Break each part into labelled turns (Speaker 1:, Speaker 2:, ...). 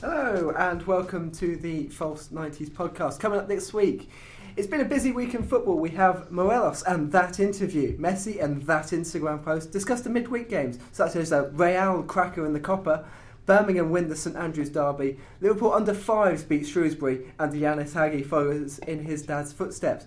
Speaker 1: Hello, and welcome to the False 90s podcast. Coming up next week, it's been a busy week in football. We have Morelos and that interview, Messi and that Instagram post, discuss the midweek games, such as uh, Real Cracker in the Copper, Birmingham win the St Andrews Derby, Liverpool under fives beat Shrewsbury, and Yanis Hagi follows in his dad's footsteps.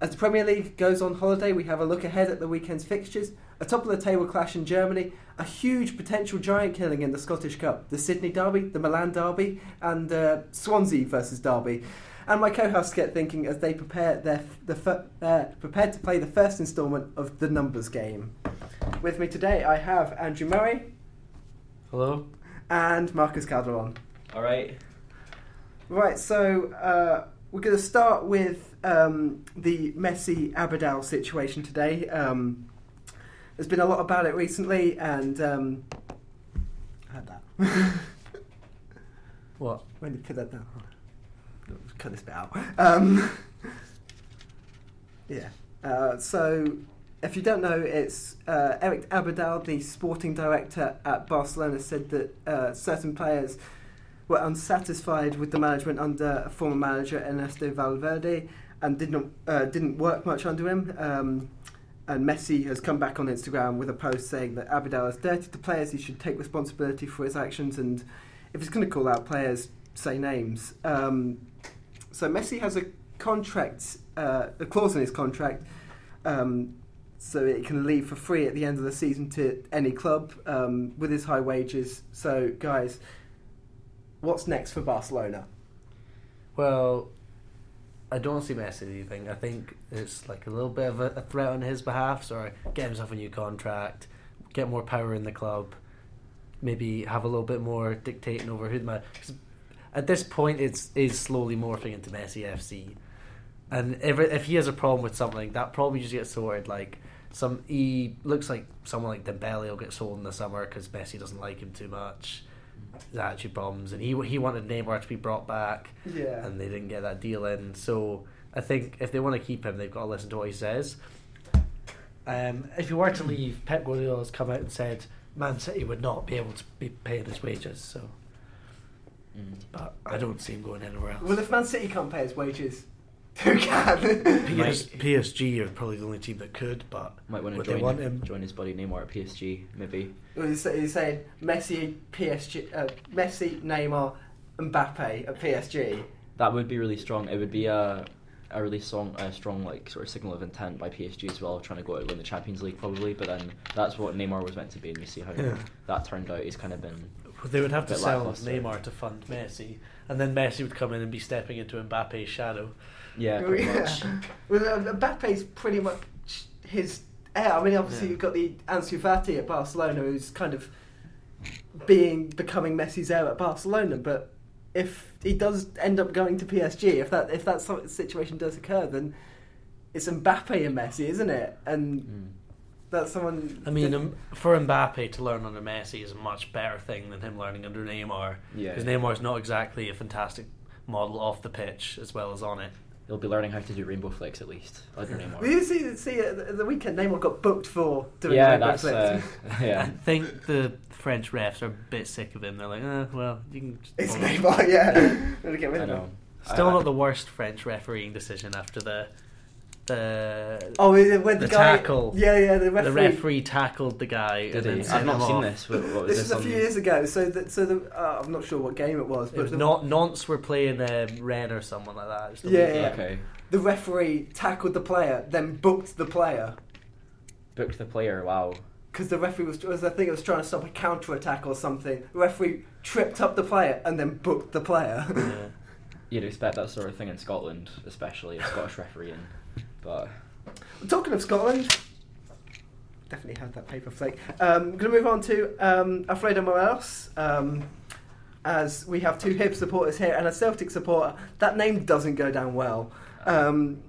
Speaker 1: As the Premier League goes on holiday, we have a look ahead at the weekend's fixtures, a top of the table clash in Germany, a huge potential giant killing in the Scottish Cup, the Sydney Derby, the Milan Derby, and uh, Swansea versus Derby. And my co-hosts get thinking as they prepare their the fir- uh, prepared to play the first instalment of the numbers game. With me today, I have Andrew Murray
Speaker 2: Hello.
Speaker 1: and Marcus Calderon.
Speaker 2: All right.
Speaker 1: Right, so uh, we're going to start with um, the Messi Abadal situation today. Um, there's been a lot about it recently, and um, I had that.
Speaker 2: What?
Speaker 1: when did you put that down? Hold on. Let's Cut this bit out. Um, yeah. Uh, so, if you don't know, it's uh, Eric Abadal, the sporting director at Barcelona, said that uh, certain players were unsatisfied with the management under former manager Ernesto Valverde and did not uh, didn't work much under him. Um, and Messi has come back on Instagram with a post saying that Abidal is dirty to players. He should take responsibility for his actions, and if he's going to call out players, say names. Um, so Messi has a contract, uh, a clause in his contract, um, so it can leave for free at the end of the season to any club um, with his high wages. So guys, what's next for Barcelona?
Speaker 2: Well, I don't see Messi leaving. I think it's like a little bit of a, a threat on his behalf. So get himself a new contract, get more power in the club, maybe have a little bit more dictating over who the man. 'cause At this point, it's is slowly morphing into Messi FC, and if if he has a problem with something, that problem just gets sorted. Like some, he looks like someone like Dembele will get sold in the summer because Messi doesn't like him too much. There's attitude problems, and he he wanted Neymar to be brought back.
Speaker 1: Yeah.
Speaker 2: and they didn't get that deal in. So I think if they want to keep him, they've got to listen to what he says. Um, if he were to leave, Pep Guardiola has come out and said Man City would not be able to be paying his wages. So,
Speaker 3: Mm.
Speaker 2: but I don't see him going anywhere else.
Speaker 1: Well, if Man City can't pay his wages, who can?
Speaker 2: PS-
Speaker 3: Like-
Speaker 2: PSG are probably the only team that could, but
Speaker 3: Might want to
Speaker 2: would
Speaker 3: join,
Speaker 2: they want him?
Speaker 3: join his buddy Neymar at PSG, maybe.
Speaker 1: Well, he's, he's saying Messi, PSG, uh, Messi, Neymar, Mbappe at PSG.
Speaker 3: That would be really strong. It would be a a really strong, a strong like sort of signal of intent by PSG as well, trying to go out and win the Champions League probably. But then that's what Neymar was meant to be, and you see how
Speaker 2: Yeah.
Speaker 3: that turned out. He's kind of been
Speaker 2: Well, They would have to
Speaker 3: Bit
Speaker 2: sell
Speaker 3: lackluster.
Speaker 2: Neymar to fund Messi, and then Messi would come in and be stepping into Mbappe's shadow.
Speaker 3: yeah, pretty
Speaker 1: Yeah.
Speaker 3: much.
Speaker 1: Well, uh, Mbappe's pretty much his heir. I mean, obviously
Speaker 2: Yeah.
Speaker 1: you've got the Ansu Fati at Barcelona, who's kind of being becoming Messi's heir at Barcelona. But if he does end up going to PSG, if that if that sort of situation does occur, then it's Mbappe and Messi, isn't it? And
Speaker 3: Mm.
Speaker 1: that's someone.
Speaker 2: I mean, um, for Mbappe to learn under Messi is a much better thing than him learning under Neymar.
Speaker 3: Yeah.
Speaker 2: Because Neymar's not exactly a fantastic model off the pitch as well as on it.
Speaker 3: He'll be learning how to do rainbow flicks at least under Neymar.
Speaker 1: Did you see, see at the- the weekend Neymar got booked for doing
Speaker 3: yeah,
Speaker 1: rainbow
Speaker 3: that's
Speaker 1: flips?
Speaker 3: uh, yeah.
Speaker 2: I think the French refs are a bit sick of him. They're like, eh, well, you can. just-
Speaker 1: It's Neymar, yeah. Gotta get rid
Speaker 3: I
Speaker 1: of him.
Speaker 3: know. Uh,
Speaker 2: Still
Speaker 3: I-
Speaker 2: not the worst French refereeing decision after the the
Speaker 1: Oh, when the,
Speaker 2: The
Speaker 1: guy,
Speaker 2: tackle.
Speaker 1: Yeah, yeah, the referee.
Speaker 2: the referee tackled the guy.
Speaker 3: Did
Speaker 2: and then
Speaker 3: he?
Speaker 2: sent
Speaker 3: I've
Speaker 2: him
Speaker 3: not seen
Speaker 2: off.
Speaker 3: this. What, what was
Speaker 1: this
Speaker 3: this
Speaker 1: was a
Speaker 3: on-
Speaker 1: few years ago. So, that so the uh, I'm not sure what game it was,
Speaker 2: It
Speaker 1: but
Speaker 2: was
Speaker 1: the,
Speaker 2: not Nantes were playing um, Rennes or someone like that. It was the
Speaker 1: Yeah,
Speaker 2: league
Speaker 1: yeah.
Speaker 2: game.
Speaker 3: Okay,
Speaker 1: the referee tackled the player, then booked the player
Speaker 3: booked the player. Wow.
Speaker 1: because the referee was, was I think it was trying to stop a counter attack or something. The referee tripped up the player and then booked the player.
Speaker 2: Yeah.
Speaker 3: You'd expect that sort of thing in Scotland, especially a Scottish refereeing. But
Speaker 1: Talking of Scotland, definitely had that paper flake. Um, going to move on to um, Alfredo Morelos. Um, as we have two Hib supporters here and a Celtic supporter, that name doesn't go down well. Um,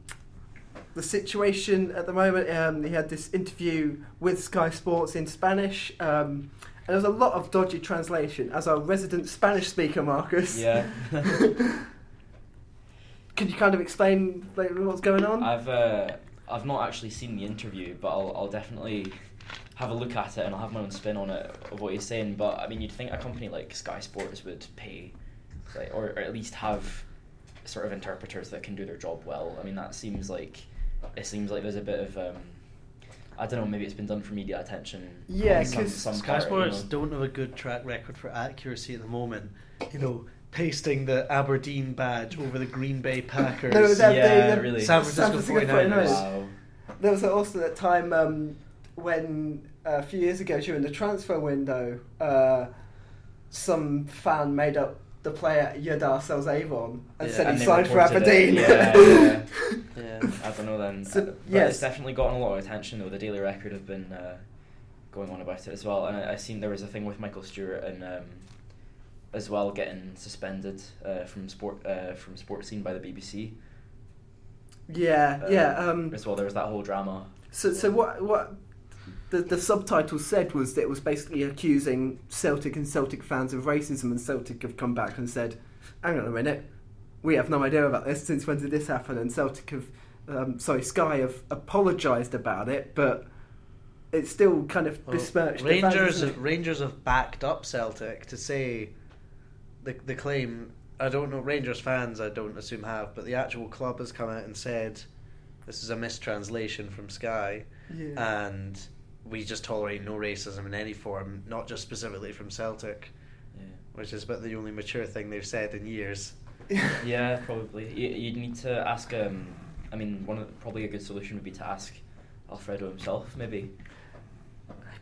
Speaker 1: the situation at the moment, um, he had this interview with Sky Sports in Spanish, um, and there was a lot of dodgy translation. As our resident Spanish speaker, Marcus,
Speaker 3: yeah.
Speaker 1: could you kind of explain like, what's going on?
Speaker 3: I've uh, I've not actually seen the interview, but I'll, I'll definitely have a look at it and I'll have my own spin on it of what he's saying. But I mean, you'd think a company like Sky Sports would pay
Speaker 4: like, or, or at least have sort of interpreters that can do their job well. I mean, that seems like it seems like there's a bit of um, I don't know. Maybe it's been done for media attention.
Speaker 1: Yeah,
Speaker 4: on some,
Speaker 1: 'cause
Speaker 4: some
Speaker 2: Sky
Speaker 4: part, you
Speaker 2: Sports
Speaker 4: know.
Speaker 2: don't have a good track record for accuracy at the moment. You know, pasting the Aberdeen badge over the Green Bay Packers.
Speaker 1: No, that-
Speaker 4: Yeah,
Speaker 1: the-
Speaker 4: really.
Speaker 2: San Francisco 49ers.
Speaker 4: Wow.
Speaker 1: There was also that time um, when uh, a few years ago during the transfer window, uh, some fan made up the player Yadar Sells Avon and
Speaker 2: Yeah,
Speaker 1: said
Speaker 4: and
Speaker 1: he
Speaker 4: they
Speaker 1: signed for
Speaker 4: reported it.
Speaker 1: Aberdeen.
Speaker 4: Yeah, yeah.
Speaker 2: Yeah.
Speaker 4: I don't know then.
Speaker 1: So,
Speaker 4: Uh, but
Speaker 1: yes.
Speaker 4: it's definitely gotten a lot of attention though. The Daily Record have been uh, going on about it as well, and I, I seen there was a thing with Michael Stewart and um, as well getting suspended uh, from sport uh, from sports scene by the BBC.
Speaker 1: yeah,
Speaker 4: uh,
Speaker 1: yeah. Um,
Speaker 4: as well, there was that whole drama.
Speaker 1: so, so what? What? The, the subtitle said was that it was basically accusing Celtic and Celtic fans of racism, and Celtic have come back and said, "Hang on a minute, we have no idea about this. Since when did this happen?" And Celtic have, um, sorry, Sky have apologised about it, but it's still kind of
Speaker 2: Well,
Speaker 1: besmirched. the fans,
Speaker 2: Oh, Rangers,
Speaker 1: isn't it?
Speaker 2: have, Rangers have backed up Celtic to say the the claim. I don't know Rangers fans. I don't assume have, but the actual club has come out and said this is a mistranslation from Sky,
Speaker 1: Yeah.
Speaker 2: and we just tolerate no racism in any form, not just specifically from Celtic,
Speaker 4: Yeah.
Speaker 2: which is about the only mature thing they've said in years.
Speaker 4: Yeah, probably. You, you'd need to ask. Um, I mean, one of the, probably a good solution would be to ask Alfredo himself, maybe.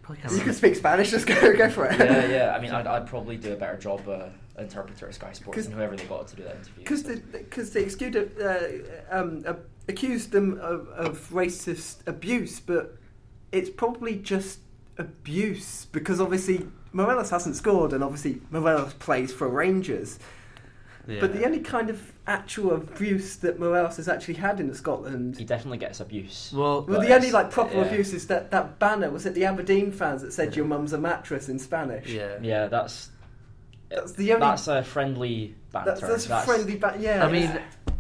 Speaker 1: You can speak Spanish. Just go go for it.
Speaker 4: yeah, yeah. I mean, I'd, I'd probably do a better job, uh, interpreter at Sky Sports,
Speaker 1: 'Cause-
Speaker 4: and whoever they got to do that interview.
Speaker 1: Because
Speaker 4: so.
Speaker 1: the because they excused uh, um, uh, accused them of, of racist abuse, but it's probably just abuse because obviously Morelos hasn't scored, and obviously Morelos plays for Rangers. But the only kind of actual abuse that Morelos has actually had in Scotland.
Speaker 4: he definitely gets abuse.
Speaker 2: Well,
Speaker 1: well,
Speaker 4: but
Speaker 1: the only
Speaker 4: it's-
Speaker 1: like proper
Speaker 4: yeah.
Speaker 1: abuse is that, that banner was it the Aberdeen fans that said
Speaker 2: Yeah.
Speaker 1: your mum's a mattress in Spanish.
Speaker 2: yeah,
Speaker 4: Yeah, that's
Speaker 1: That's the only-
Speaker 4: That's a friendly banter.
Speaker 1: that's, that's, friendly. Ba- yeah,
Speaker 2: I mean,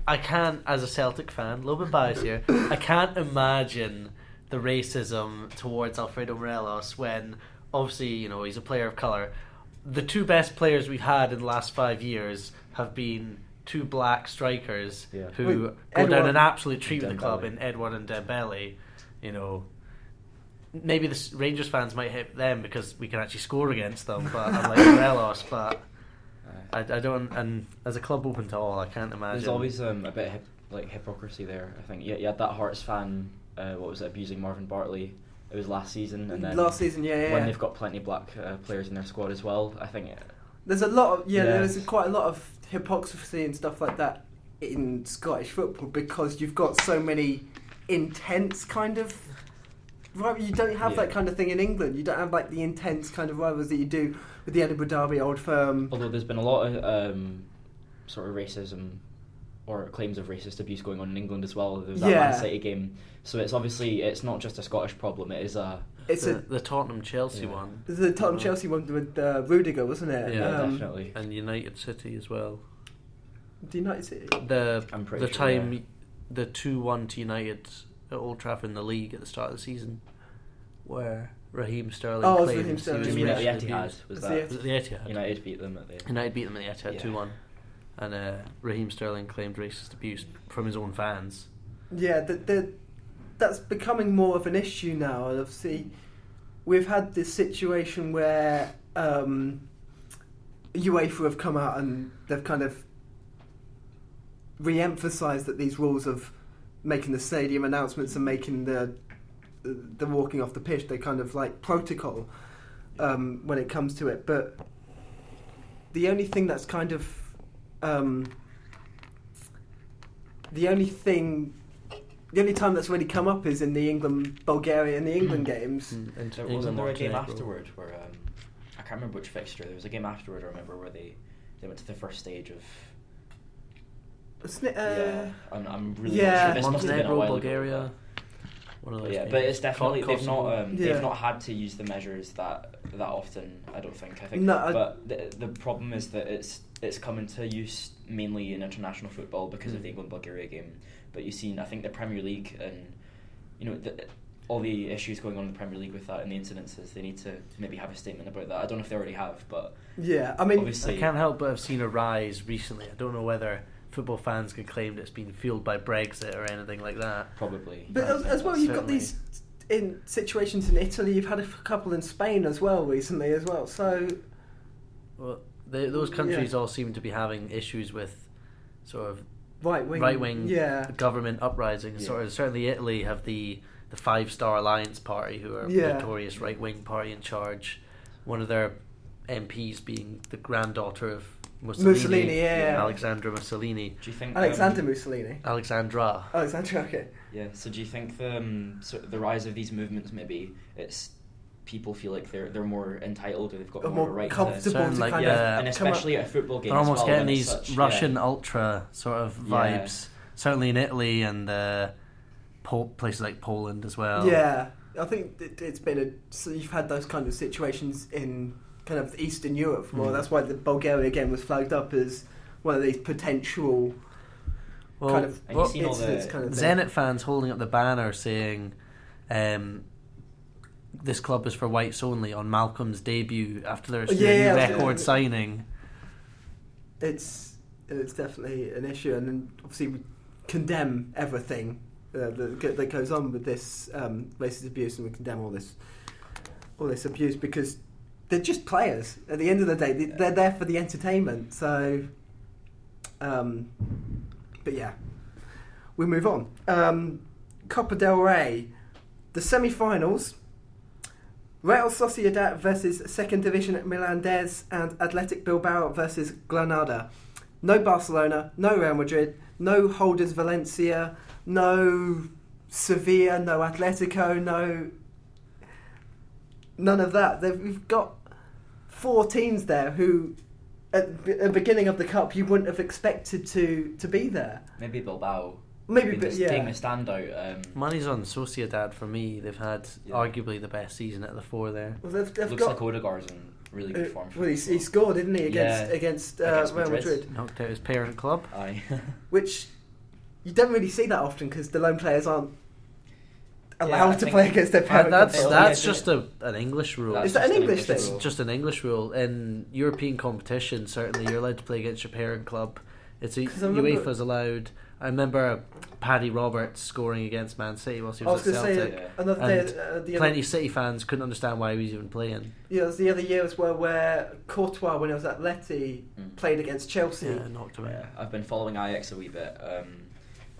Speaker 2: I can't, as a Celtic fan, a little bit biased here, I can't imagine the racism towards Alfredo Morelos when, obviously, you know, he's a player of colour. The two best players we've had in the last five years have been two black strikers
Speaker 3: Yeah.
Speaker 2: who
Speaker 1: Wait,
Speaker 2: go down
Speaker 1: Edouard-
Speaker 2: an absolute tree with the
Speaker 3: Dembele.
Speaker 2: club in Edward and Dembele. You know, maybe the S- Rangers fans might hit them because we can actually score against them, but unlike Morelos, but. I, I don't, and as a club open to all, I can't imagine.
Speaker 4: There's always um, a bit of hip, like hypocrisy there. I think you, you had that Hearts fan. Uh, what was it abusing Marvin Bartley? It was last season, and then
Speaker 1: last season, yeah, yeah.
Speaker 4: when they've got plenty of black uh, players in their squad as well. I think. It,
Speaker 1: There's a lot of yeah,
Speaker 4: Yeah.
Speaker 1: There's quite a lot of hypocrisy and stuff like that in Scottish football because you've got so many intense kind of. Right, you don't have that
Speaker 4: Yeah.
Speaker 1: kind of thing in England. You don't have like the intense kind of rivals that you do with the Edinburgh Derby, Old Firm.
Speaker 4: although there's been a lot of um, sort of racism or claims of racist abuse going on in England as well. There was that
Speaker 1: Yeah.
Speaker 4: Man City game, so it's obviously it's not just a Scottish problem. It is a
Speaker 1: It's
Speaker 2: the,
Speaker 1: a
Speaker 2: the Tottenham Chelsea
Speaker 4: Yeah.
Speaker 2: one
Speaker 1: the Tottenham Chelsea one with uh, Rudiger, wasn't it?
Speaker 2: Yeah,
Speaker 1: Um,
Speaker 4: definitely.
Speaker 2: and United City as well.
Speaker 1: The United City.
Speaker 2: The
Speaker 4: I'm pretty
Speaker 2: the
Speaker 4: sure,
Speaker 2: time
Speaker 4: yeah.
Speaker 2: the two one to United at Old Trafford in the league at the start of the season, where Raheem Sterling.
Speaker 1: Oh, it was
Speaker 2: claims
Speaker 1: Raheem
Speaker 2: he
Speaker 1: Sterling.
Speaker 2: was
Speaker 4: Do you
Speaker 1: Just
Speaker 4: mean at the
Speaker 2: racially
Speaker 4: Etihad?
Speaker 2: abused.
Speaker 4: Was
Speaker 1: It's the
Speaker 4: that
Speaker 1: Etihad.
Speaker 2: Was it the Etihad?
Speaker 4: United beat them at the?
Speaker 2: United beat them at the Etihad
Speaker 4: Yeah.
Speaker 2: two one, and uh, Raheem Sterling claimed racist abuse from his own fans.
Speaker 1: Yeah, the, the, that's becoming more of an issue now. And Obviously, we've had this situation where um, UEFA have come out and they've kind of re-emphasised that these rules of making the stadium announcements and making the the walking off the pitch, they kind of like protocol um, when it comes to it. But the only thing that's kind of um, the only thing the only time that's really come up is in the England Bulgaria and the England games.
Speaker 2: And
Speaker 4: There wasn't there a game afterward where um, I can't remember which fixture. There was a game afterward. I remember where they they went to the first stage of.
Speaker 1: Isn't it, uh,
Speaker 4: yeah, I'm, I'm really
Speaker 1: yeah.
Speaker 4: not sure. This must have been a
Speaker 2: Montenegro,
Speaker 4: while
Speaker 2: Bulgaria.
Speaker 4: Ago,
Speaker 2: One of
Speaker 4: but, but
Speaker 2: those
Speaker 4: yeah, but
Speaker 2: games.
Speaker 4: it's definitely
Speaker 2: Co-
Speaker 4: they've not
Speaker 2: Kosovo.
Speaker 4: um,
Speaker 1: Yeah.
Speaker 4: they've not had to use the measures that that often. I don't think. I think.
Speaker 1: No, I-
Speaker 4: but the the problem is that it's it's come into use mainly in international football because of the England Bulgaria game. But you've seen I think the Premier League and you know the, all the issues going on in the Premier League with that and the incidences, they need to maybe have a statement about that. I don't know if they already have, but
Speaker 1: Yeah, I mean,
Speaker 4: obviously,
Speaker 2: I can't help but have seen a rise recently. I don't know whether football fans could claim that it's been fueled by Brexit or anything like that.
Speaker 4: probably.
Speaker 1: But as, as well, you've got these in situations in Italy. You've had a f- couple in Spain as well recently, as well. So
Speaker 2: Well, they, those countries
Speaker 1: Yeah.
Speaker 2: all seem to be having issues with sort of
Speaker 1: right wing,
Speaker 2: right wing
Speaker 1: yeah,
Speaker 2: government uprising.
Speaker 4: Yeah.
Speaker 2: Sort of, certainly Italy have the the Five Star Alliance Party, who are
Speaker 1: Yeah.
Speaker 2: notorious right wing party in charge. One of their MPs being the granddaughter of Mussolini,
Speaker 1: Mussolini, yeah.
Speaker 2: Alexandra Mussolini,
Speaker 4: Do you think um,
Speaker 1: Alexander Mussolini,
Speaker 2: Alexandra.
Speaker 1: Alexandra. Okay,
Speaker 4: Yeah. So do you think the um, so the rise of these movements maybe it's people feel like they're they're more entitled or they've got
Speaker 1: Or
Speaker 4: more, of
Speaker 1: more
Speaker 4: a right to.
Speaker 1: comfortable
Speaker 2: Sound
Speaker 1: to
Speaker 2: like,
Speaker 1: kind
Speaker 2: yeah.
Speaker 1: of
Speaker 4: and
Speaker 1: come up-
Speaker 4: especially at a football game.
Speaker 2: They're
Speaker 4: as
Speaker 2: almost
Speaker 4: well,
Speaker 2: getting
Speaker 4: when
Speaker 2: these
Speaker 4: it's such-
Speaker 2: Russian
Speaker 4: yeah.
Speaker 2: ultra sort of
Speaker 4: Yeah.
Speaker 2: vibes. Certainly in Italy and uh, Pol- places like Poland as well.
Speaker 1: yeah. I think it, it's been a so you've had those kind of situations in kind of Eastern Europe.
Speaker 4: Hmm.
Speaker 1: Well,
Speaker 2: Mm.
Speaker 1: that's why the Bulgaria game was flagged up as one of these potential
Speaker 2: Well,
Speaker 1: kind of
Speaker 4: And you see all
Speaker 1: incidents
Speaker 4: the
Speaker 1: kind of thing.
Speaker 2: Zenit fans holding up the banner saying, um, "This club is for whites only." On Malcolm's debut after their
Speaker 1: Oh, yeah, yeah,
Speaker 2: new
Speaker 1: yeah.
Speaker 2: record signing,
Speaker 1: it's it's definitely an issue, and then obviously we condemn everything uh, that, go- that goes on with this um, racist abuse, and we condemn all this all this abuse because they're just players. At the end of the day, they, they're there for the entertainment. So, um, but yeah, we move on. Um, Copa del Rey, the semi-finals. Real Sociedad versus Second Division Milandes and Athletic Bilbao versus Granada. No Barcelona, no Real Madrid, no Holders Valencia, no Sevilla, no Atletico, no none of that. They've, we've got four teams there who, at the beginning of the cup, you wouldn't have expected to to be there.
Speaker 4: Maybe Bilbao.
Speaker 1: Maybe,
Speaker 4: being
Speaker 1: but
Speaker 4: the-
Speaker 1: yeah,
Speaker 4: Being a standout. Um,
Speaker 2: money's on Sociedad for me. They've had
Speaker 4: Yeah.
Speaker 2: arguably the best season at the four there.
Speaker 1: well, they've, they've
Speaker 4: looks
Speaker 1: got.
Speaker 4: like Odegaard's in really good
Speaker 1: uh,
Speaker 4: form. for
Speaker 1: well, he,
Speaker 4: them as
Speaker 1: he scored, didn't he, against
Speaker 4: Yeah,
Speaker 1: against, uh,
Speaker 4: against
Speaker 1: Real
Speaker 4: Madrid.
Speaker 1: Madrid.
Speaker 2: Knocked out his parent club.
Speaker 4: well. Aye.
Speaker 1: which you don't really see that often because the lone players aren't
Speaker 4: Yeah,
Speaker 1: allowed
Speaker 4: I
Speaker 1: to
Speaker 4: think-
Speaker 1: play against their
Speaker 4: Uh,
Speaker 1: parent.
Speaker 2: that's
Speaker 1: club.
Speaker 4: club.
Speaker 2: that's
Speaker 4: Yeah,
Speaker 2: just a, an English rule.
Speaker 4: That's
Speaker 1: Is that
Speaker 4: just
Speaker 1: an English
Speaker 2: It's
Speaker 1: thing?
Speaker 2: just an English rule in European competition. Certainly, you're allowed to play against your parent club. It's a,
Speaker 1: 'Cause I remember-
Speaker 2: UEFA's allowed. I remember Paddy Roberts scoring against Man City whilst he
Speaker 1: I was going
Speaker 2: was, at
Speaker 1: to
Speaker 2: Celtic.
Speaker 1: say
Speaker 4: Celtic.
Speaker 1: another
Speaker 2: And
Speaker 1: day, uh, the
Speaker 2: Plenty
Speaker 1: other,
Speaker 2: of City fans couldn't understand why he was even playing.
Speaker 1: yeah, it was the other year as well where Courtois, when he was at Leti,
Speaker 4: Mm.
Speaker 1: played against Chelsea.
Speaker 2: Yeah, knocked him
Speaker 4: Yeah, I've been following Ajax a wee bit, um,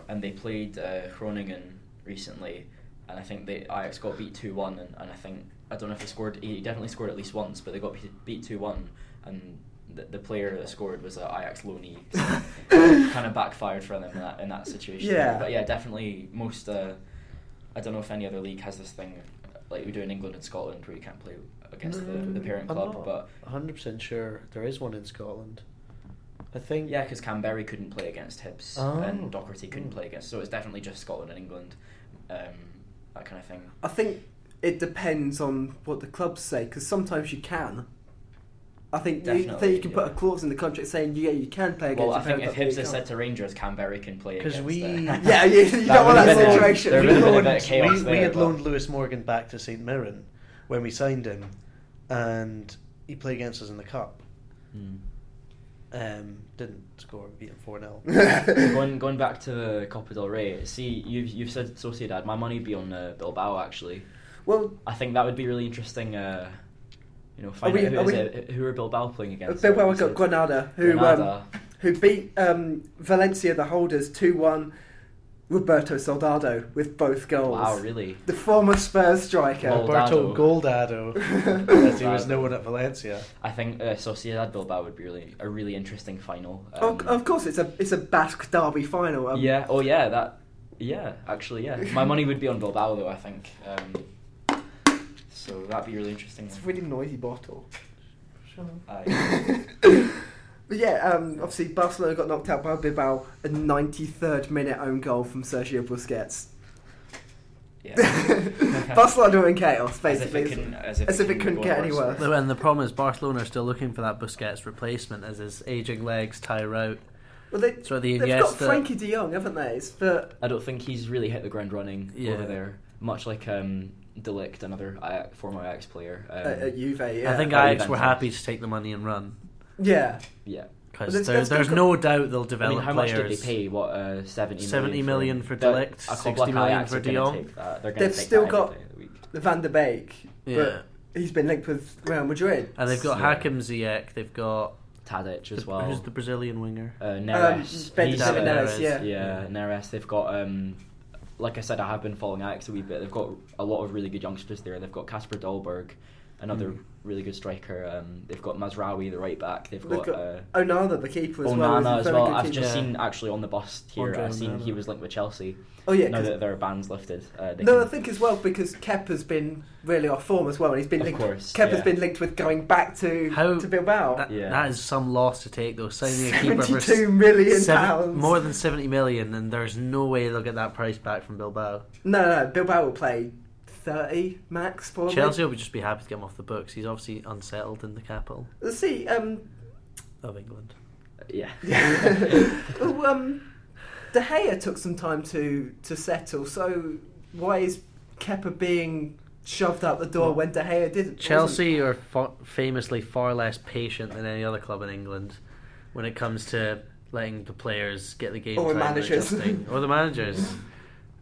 Speaker 4: and they played uh, Groningen recently, and I think they Ajax got beat two one, and, and I think I don't know if they scored. He definitely scored at least once, but they got beat- beat two one, and the, the player that scored was an Ajax loanee, so kind of backfired for them in that in that situation.
Speaker 1: Yeah.
Speaker 4: but yeah, definitely most. Uh, I don't know if any other league has this thing like we do in England and Scotland where you can't play against the, the
Speaker 1: Mm,
Speaker 2: Mm,
Speaker 4: parent club, but
Speaker 2: 100 percent sure there is one in Scotland. I think.
Speaker 4: Yeah, because Canberry couldn't play against Hibs
Speaker 2: Oh.
Speaker 4: and Doherty couldn't
Speaker 2: Mm.
Speaker 4: play against. So it's definitely just Scotland and England, um, that kind of thing.
Speaker 1: I think it depends on what the clubs say because sometimes you can. I think you,
Speaker 4: Definitely,
Speaker 1: think you can put a
Speaker 4: yeah.
Speaker 1: clause in the contract saying yeah you can play against.
Speaker 4: Well,
Speaker 1: your
Speaker 4: I think if
Speaker 1: parent club, but
Speaker 4: Hibs
Speaker 1: you
Speaker 4: had said
Speaker 1: can't.
Speaker 4: to Rangers, Canberry can play
Speaker 2: 'Cause
Speaker 4: against.
Speaker 2: we-
Speaker 4: them.
Speaker 1: yeah, you, you
Speaker 4: That
Speaker 1: don't want
Speaker 4: would've
Speaker 1: that
Speaker 4: been a-
Speaker 1: situation.
Speaker 4: there
Speaker 1: You
Speaker 4: would've
Speaker 1: don't
Speaker 4: been a
Speaker 1: want-
Speaker 4: bit of chaos
Speaker 5: we,
Speaker 4: there,
Speaker 5: we had
Speaker 4: but-
Speaker 5: loaned Lewis Morgan back to St Mirren when we signed him, and he played against us in the cup.
Speaker 4: Hmm.
Speaker 5: Um, didn't score, beat him 4 0.
Speaker 4: going going back to the Copa del Rey, see you've you've said Sociedad. My money would be on uh, Bilbao actually.
Speaker 1: well,
Speaker 4: I think that would be really interesting. Uh, you know, find
Speaker 1: we-
Speaker 4: out who,
Speaker 1: are
Speaker 4: is
Speaker 1: we-
Speaker 4: it, who are Bilbao playing against.
Speaker 1: Bilbao have
Speaker 4: obviously.
Speaker 1: got Granada, who Um,
Speaker 4: Granada.
Speaker 1: who beat um, Valencia, the holders, 2 1. Roberto Soldado with both goals.
Speaker 4: Wow, really?
Speaker 1: The former Spurs striker.
Speaker 4: Well,
Speaker 5: Roberto Goldado, as he was
Speaker 4: Goldado.
Speaker 5: known at Valencia.
Speaker 4: I think uh, Sociedad Bilbao would be really a really interesting final.
Speaker 1: Of-
Speaker 4: um,
Speaker 1: of course, it's a it's a Basque derby final. Um,
Speaker 4: yeah. Oh, yeah. That. Yeah. Actually, yeah. My money would be on Bilbao, though. I think. Um, so that'd be really interesting.
Speaker 1: It's a really noisy bottle.
Speaker 4: Aye.
Speaker 1: But yeah, um, obviously Barcelona got knocked out by Bilbao. A 93rd minute own goal from Sergio Busquets.
Speaker 4: yeah.
Speaker 1: Barcelona are in chaos,
Speaker 4: As if
Speaker 1: basically.
Speaker 4: it couldn't, as if
Speaker 1: as if it couldn't
Speaker 4: go
Speaker 1: get
Speaker 4: worse.
Speaker 1: any worse.
Speaker 2: Though, And the problem is Barcelona are still looking for that Busquets replacement as his aging legs tire out.
Speaker 1: well, they,
Speaker 2: So the
Speaker 1: they've got
Speaker 2: Iniesta-
Speaker 1: Frankie de Jong, haven't they? It's- But
Speaker 4: I don't think he's really hit the ground running
Speaker 2: Yeah.
Speaker 4: over there. much like um, Delict, another Ajax, former Ajax player. Um,
Speaker 1: at, at Juve. Yeah.
Speaker 2: I think
Speaker 4: Oh, I-
Speaker 2: Ajax were
Speaker 4: Juventus.
Speaker 2: happy to take the money and run
Speaker 1: yeah,
Speaker 4: yeah.
Speaker 1: But
Speaker 2: because
Speaker 1: it's-
Speaker 2: there's,
Speaker 1: that's
Speaker 2: there's
Speaker 1: gonna
Speaker 2: no doubt they'll
Speaker 4: I mean,
Speaker 2: develop
Speaker 4: how much
Speaker 2: players.
Speaker 4: did they pay? What uh, seventy
Speaker 2: 70 million for
Speaker 4: They're-
Speaker 2: Delict,
Speaker 4: a club
Speaker 2: 60
Speaker 4: like
Speaker 2: million
Speaker 4: Ajax
Speaker 2: for
Speaker 4: are
Speaker 2: De
Speaker 4: gonna
Speaker 2: Jong.
Speaker 4: take that. They're gonna
Speaker 1: They've
Speaker 4: take that
Speaker 1: still
Speaker 4: every
Speaker 1: got-
Speaker 4: day of the week.
Speaker 1: the Van der Beek.
Speaker 2: Yeah.
Speaker 1: But he's been linked with Real Madrid.
Speaker 2: And they've got
Speaker 4: Yeah.
Speaker 2: Hakim Ziyech. They've got
Speaker 4: Tadic
Speaker 2: the-
Speaker 4: as well.
Speaker 2: who's the Brazilian winger?
Speaker 4: uh, Neres.
Speaker 1: Ben
Speaker 4: He's,
Speaker 2: David
Speaker 4: uh,
Speaker 1: Um, Neres, yeah.
Speaker 4: Yeah, Neres. They've got, um, like I said, I have been following Ajax a wee bit. They've got a lot of really good youngsters there. They've got Casper Dahlberg, another
Speaker 2: Mm.
Speaker 4: really good striker. Um, they've got Masraoui, the right back. They've
Speaker 1: They've
Speaker 4: got,
Speaker 1: got
Speaker 4: uh,
Speaker 1: Onana, the keeper, as well. is a
Speaker 4: Onana as
Speaker 1: very
Speaker 4: well.
Speaker 1: good
Speaker 4: I've
Speaker 1: keeper.
Speaker 4: just
Speaker 2: Yeah.
Speaker 4: seen actually on the bus here.
Speaker 2: Andre
Speaker 4: I've seen he
Speaker 2: Onana.
Speaker 4: was linked with Chelsea.
Speaker 1: Oh yeah,
Speaker 4: now
Speaker 1: 'cause-
Speaker 4: that their ban's lifted. Uh, they
Speaker 1: No, I
Speaker 4: can-
Speaker 1: think as well because Kep has been really off form as well, and he's been
Speaker 4: Of
Speaker 1: linked.
Speaker 4: course,
Speaker 1: Kep has
Speaker 4: yeah.
Speaker 1: been linked with going back to
Speaker 2: How-
Speaker 1: to Bilbao.
Speaker 2: That,
Speaker 4: Yeah.
Speaker 2: that is some loss to take though. Signing a keeper for
Speaker 1: Seventy-two million
Speaker 2: seven-
Speaker 1: pounds.
Speaker 2: more than seventy million, and there's no way they'll get that price back from Bilbao.
Speaker 1: no, no, Bilbao will play thirty max probably.
Speaker 2: Chelsea would just be happy to get him off the books. He's obviously unsettled in the capital
Speaker 1: Let's see. Um,
Speaker 2: of England.
Speaker 4: Yeah.
Speaker 1: well, um, De Gea took some time to to settle. So why is Kepa being shoved out the door when De Gea didn't?
Speaker 2: Chelsea are fa- famously far less patient than any other club in England when it comes to letting the players get the game
Speaker 1: Or the
Speaker 2: time and
Speaker 1: managers.
Speaker 2: adjusting. or the managers.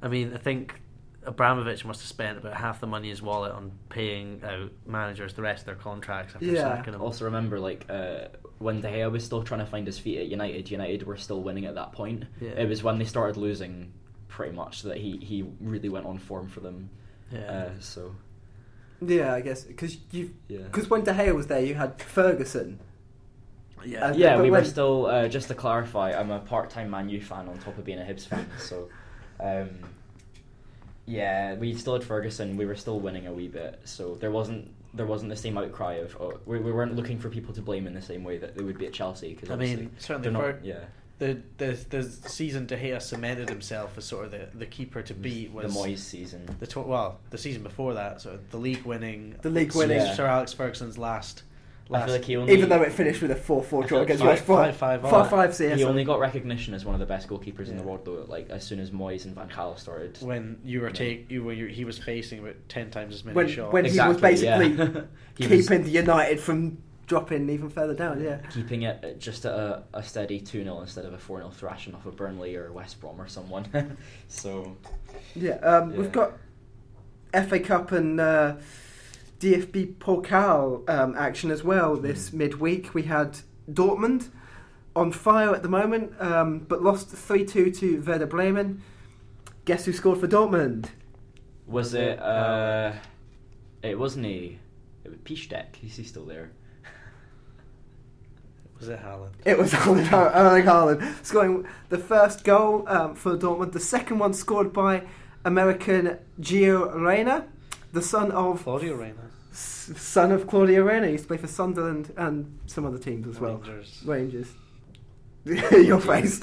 Speaker 2: I mean, I think Abramovich must have spent about half the money in his wallet on paying out managers the rest of their contracts after
Speaker 1: Yeah.
Speaker 2: sacking
Speaker 4: And
Speaker 2: them.
Speaker 4: also remember, like uh, when De Gea was still trying to find his feet at United. United were still winning at that point.
Speaker 2: Yeah.
Speaker 4: It was when they started losing, pretty much, that he he really went on form for them.
Speaker 2: yeah.
Speaker 4: Uh, so
Speaker 1: wasn't- Yeah, I guess because you
Speaker 4: yeah.
Speaker 1: because when De Gea was there, you had Ferguson.
Speaker 2: yeah.
Speaker 1: Uh,
Speaker 4: yeah,
Speaker 1: but
Speaker 4: we were
Speaker 1: when-
Speaker 4: still. Uh, just to clarify, I'm a part-time Man U fan on top of being a Hibs fan. So, um, yeah, we still had Ferguson. We were still winning a wee bit. So there wasn't there wasn't the same outcry of oh, we, we weren't looking for people to blame in the same way that they would be at Chelsea. Because
Speaker 2: I mean,
Speaker 6: certainly
Speaker 4: they're
Speaker 6: Fer-
Speaker 4: not. yeah,
Speaker 6: The, the the season De Gea cemented himself as sort of the, the keeper to beat was
Speaker 4: the Moyes season.
Speaker 6: the tw- well the season before that sort of the league winning
Speaker 1: The league winning.
Speaker 6: Sir- Sir Alex Ferguson's last
Speaker 4: I
Speaker 6: last
Speaker 4: feel like he only
Speaker 1: Even though it finished with a 4 4 draw
Speaker 4: I
Speaker 1: against
Speaker 4: feel
Speaker 1: West
Speaker 4: like
Speaker 1: Brom.
Speaker 6: 5-5
Speaker 1: 5
Speaker 6: on.
Speaker 1: 5 CS.
Speaker 4: uh, he only got recognition as one of the best goalkeepers in the
Speaker 6: Yeah.
Speaker 4: world though. Like as soon as Moyes and Van Gaal started.
Speaker 6: when you were
Speaker 4: Yeah.
Speaker 6: take you were you, he was facing about ten times as many
Speaker 1: When-
Speaker 6: shots.
Speaker 1: when he was basically
Speaker 4: yeah. He was-
Speaker 1: keeping United from dropping even further down, yeah.
Speaker 4: keeping it at just at a, a steady 2 0 instead of a 4 0 thrashing off of Burnley or West Brom or someone. so,
Speaker 1: Yeah, um,
Speaker 4: Yeah.
Speaker 1: we've got FA Cup and uh, DFB Pokal um, action as well this midweek. We had Dortmund on fire at the moment, um, but lost 3 2 to Werder Bremen. Guess who scored for Dortmund?
Speaker 4: was it. Uh, it wasn't a. It was Piszczek. Is he still there?
Speaker 6: was it Haaland?
Speaker 1: It was Erling Har- Erling Haaland scoring the first goal um, for Dortmund. The second one scored by American Gio Reyna, the son of
Speaker 6: Claudio Reyna.
Speaker 1: s- son of Claudio Reyna. He used to play for Sunderland and some other teams as well.
Speaker 6: Rangers.
Speaker 1: Rangers. Your face.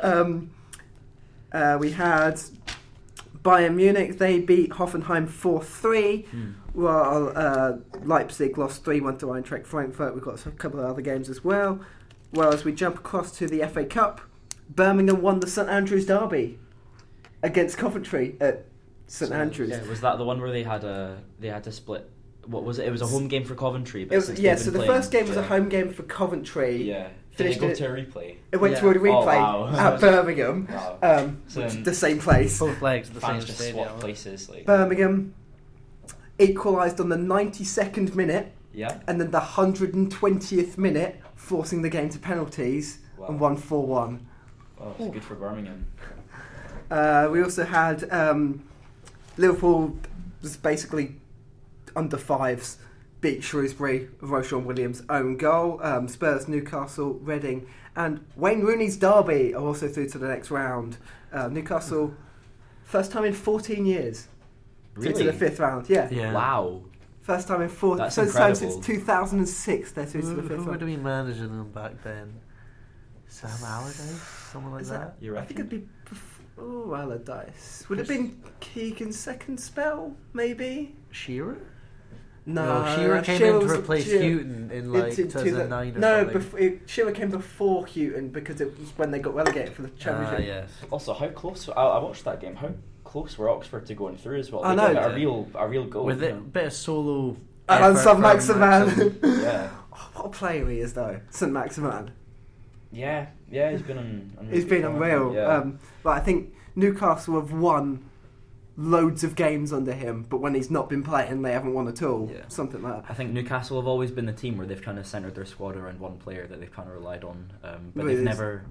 Speaker 1: Um, uh, we had Bayern Munich. They beat Hoffenheim four three. Well, uh, Leipzig lost 3 1 to Eintracht Frankfurt. We've got a couple of other games as well. Well, as we jump across to the FA Cup, Birmingham won the St Andrews Derby against Coventry at St
Speaker 6: So,
Speaker 1: Andrews.
Speaker 4: Yeah, was that the one where they had a they had to split? What was it? It was a home game for Coventry. But
Speaker 1: It was-
Speaker 4: since
Speaker 1: yeah,
Speaker 4: they've
Speaker 1: so
Speaker 4: been
Speaker 1: the
Speaker 4: playing-
Speaker 1: first game was a
Speaker 4: yeah.
Speaker 1: home game for Coventry.
Speaker 4: Yeah. Did
Speaker 1: Finished
Speaker 4: it go
Speaker 1: it-
Speaker 4: to a replay?
Speaker 1: It went
Speaker 2: Yeah.
Speaker 1: to a replay
Speaker 4: Oh, wow.
Speaker 1: at Birmingham,
Speaker 4: Wow.
Speaker 1: um,
Speaker 4: So
Speaker 1: which is
Speaker 4: then-
Speaker 1: the same place.
Speaker 2: Both legs at the same
Speaker 4: Fans just
Speaker 2: stadium.
Speaker 4: swapped places. Like,
Speaker 1: Birmingham equalised on the 92nd minute.
Speaker 4: yeah.
Speaker 1: and then the 120th minute forcing the game to penalties
Speaker 4: Wow.
Speaker 1: and won 4 1.
Speaker 4: Oh, it's good for Birmingham.
Speaker 1: Uh, we also had um, Liverpool was basically under fives, beat Shrewsbury, Roshan Williams' own goal, um, Spurs, Newcastle, Reading, and Wayne Rooney's Derby are also through to the next round. Uh, Newcastle, first time in 14 years, through
Speaker 4: Really?
Speaker 1: to the fifth round, yeah.
Speaker 2: Yeah.
Speaker 4: Wow.
Speaker 1: First time in four.
Speaker 4: That's
Speaker 1: first time since
Speaker 4: incredible.
Speaker 1: 2006, they're through to the
Speaker 2: Who,
Speaker 1: fifth
Speaker 2: who would
Speaker 1: round.
Speaker 2: have been managing them back then? Sam Allardyce, someone like
Speaker 1: Is that-
Speaker 2: that.
Speaker 4: You
Speaker 1: I think
Speaker 4: reckon?
Speaker 1: it'd be. bef- Oh, Allardyce. Would it have been Keegan's second spell, maybe?
Speaker 2: Shearer?
Speaker 1: No,
Speaker 2: Shearer came in to
Speaker 1: was-
Speaker 2: replace
Speaker 1: Shearer-
Speaker 2: Houghton in
Speaker 1: in
Speaker 2: like
Speaker 1: two- two-
Speaker 2: 2009 or
Speaker 1: no,
Speaker 2: something.
Speaker 1: bef- it, Shearer came before Houghton because it was when they got relegated for the
Speaker 2: Ah,
Speaker 1: championship.
Speaker 2: yes.
Speaker 4: Also, how close? I, I watched that game. How close were Oxford to going through as well.
Speaker 1: I
Speaker 4: They
Speaker 1: know.
Speaker 4: got A real, a real goal.
Speaker 2: with
Speaker 4: you
Speaker 2: it
Speaker 4: know.
Speaker 2: bit of solo.
Speaker 1: And
Speaker 2: effort
Speaker 1: St.
Speaker 2: from
Speaker 1: Maximan.
Speaker 2: Maxim.
Speaker 4: Yeah.
Speaker 1: Oh, what a player he is, though. St. Maximan.
Speaker 4: Yeah, yeah, he's been on. on
Speaker 1: He's been unreal.
Speaker 4: Yeah.
Speaker 1: Um, but I think Newcastle have won loads of games under him, but when he's not been playing, they haven't won at all.
Speaker 4: Yeah.
Speaker 1: Something like that.
Speaker 4: I think Newcastle have always been the team where they've kind of centered their squad around one player that they've kind of relied on, um, but
Speaker 1: But
Speaker 4: they've
Speaker 1: it's-
Speaker 4: never.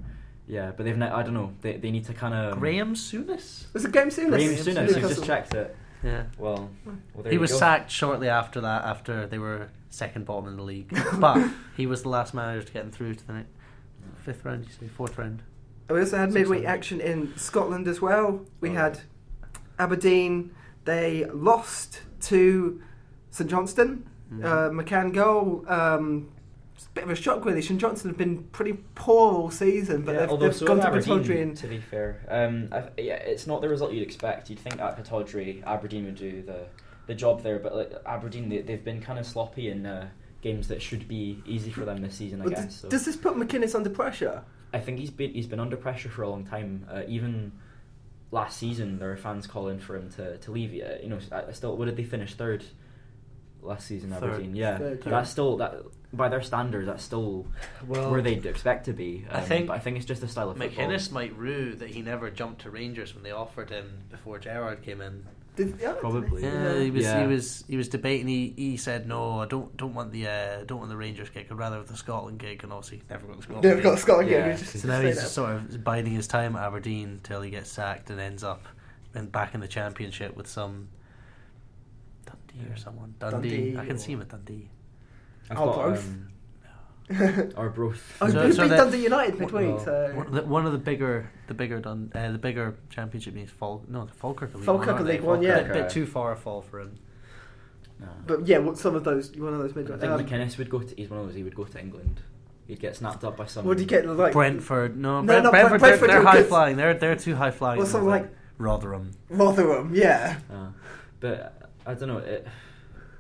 Speaker 4: Yeah, but they've. Ne- I don't know. They, they need to kind of.
Speaker 2: Graham Souness.
Speaker 1: There's a game soon.
Speaker 4: Graham
Speaker 1: isn't it?
Speaker 4: Souness. You've just
Speaker 1: Newcastle.
Speaker 4: checked it.
Speaker 2: Yeah.
Speaker 4: Well, well there
Speaker 2: he
Speaker 4: you
Speaker 2: was
Speaker 4: go.
Speaker 2: sacked shortly after that, after they were second bottom in the league. but he was the last manager to get them through to the next fifth round, you say fourth round.
Speaker 1: Oh, We also had
Speaker 2: Six
Speaker 1: midweek
Speaker 2: hundred.
Speaker 1: action in Scotland as well. We
Speaker 4: Oh,
Speaker 1: had
Speaker 4: yeah.
Speaker 1: Aberdeen. They lost to St Johnston.
Speaker 4: Mm-hmm.
Speaker 1: Uh, McCann goal. Um, it's a bit of a shock, really. St Johnston have been pretty poor all season, but
Speaker 4: Yeah,
Speaker 1: they've,
Speaker 4: although
Speaker 1: they've
Speaker 4: so
Speaker 1: gone
Speaker 4: have
Speaker 1: to
Speaker 4: Aberdeen,
Speaker 1: Pataudry and
Speaker 4: To be fair, um, I, yeah, it's not the result you'd expect. You'd think at Pataudry, Aberdeen would do the the job there, but like Aberdeen, they, they've been kind of sloppy in uh, games that should be easy for them this season. I
Speaker 1: Well,
Speaker 4: guess.
Speaker 1: does,
Speaker 4: so.
Speaker 1: does this put McInnes under pressure?
Speaker 4: I think he's been he's been under pressure for a long time. Uh, even last season, there were fans calling for him to to leave. Uh, you know, s- I, I still what did they finish third last season?
Speaker 2: Third.
Speaker 4: Aberdeen, yeah.
Speaker 1: Third, yeah.
Speaker 4: That's still that by their standards, that's still
Speaker 5: Well,
Speaker 4: where they'd expect to be.
Speaker 2: I
Speaker 4: um,
Speaker 2: think
Speaker 4: but I think it's just the style of football.
Speaker 2: McInnes might rue that he never jumped to Rangers when they offered him before Gerard came in.
Speaker 1: Did, yeah,
Speaker 4: Probably.
Speaker 2: Yeah, he was
Speaker 4: Yeah.
Speaker 2: he was he was debating. He, he said no, I don't don't want the uh, don't want the Rangers gig. I'd rather have the Scotland gig, and obviously he never got the Scotland.
Speaker 1: They've
Speaker 2: gig.
Speaker 1: got Scotland
Speaker 4: Yeah.
Speaker 1: game. we just
Speaker 2: So now
Speaker 1: say
Speaker 2: he's
Speaker 1: that.
Speaker 2: just sort of biding his time at Aberdeen till he gets sacked and ends up in, back in the championship with some Dundee or someone. Dundee.
Speaker 1: Dundee
Speaker 2: I can see
Speaker 1: or-
Speaker 2: him at Dundee.
Speaker 4: I've
Speaker 1: Our
Speaker 4: got,
Speaker 1: growth.
Speaker 4: um,
Speaker 1: oh,
Speaker 4: our growth.
Speaker 2: So-
Speaker 1: we
Speaker 2: so
Speaker 1: beat
Speaker 2: that-
Speaker 1: Dundee United midweek.
Speaker 4: well,
Speaker 1: so.
Speaker 2: One the- one of the bigger, the bigger Dun, uh, the bigger championship means Fal. No, the Falkirk are League One.
Speaker 1: Falkirk
Speaker 2: aren't
Speaker 1: are
Speaker 2: they?
Speaker 1: League One,
Speaker 2: Falkirk.
Speaker 1: yeah.
Speaker 2: Bit, bit too far a fall for him.
Speaker 4: No.
Speaker 1: But um, yeah, what, some of those, one of those
Speaker 4: I
Speaker 1: midweek.
Speaker 4: think McInnes would go to. He's one of those. He would go to England. He'd get snapped up by someone.
Speaker 1: what do you get? Like
Speaker 2: Brentford, no,
Speaker 1: No,
Speaker 2: Brent-
Speaker 1: no,
Speaker 2: Brentford,
Speaker 1: Brentford
Speaker 2: they're,
Speaker 1: are
Speaker 2: they're high
Speaker 1: good.
Speaker 2: flying. They're they're too high flying.
Speaker 1: Well, something
Speaker 2: I think.
Speaker 1: like-
Speaker 2: Rotherham.
Speaker 1: Rotherham, yeah.
Speaker 4: Uh, but I don't know. It,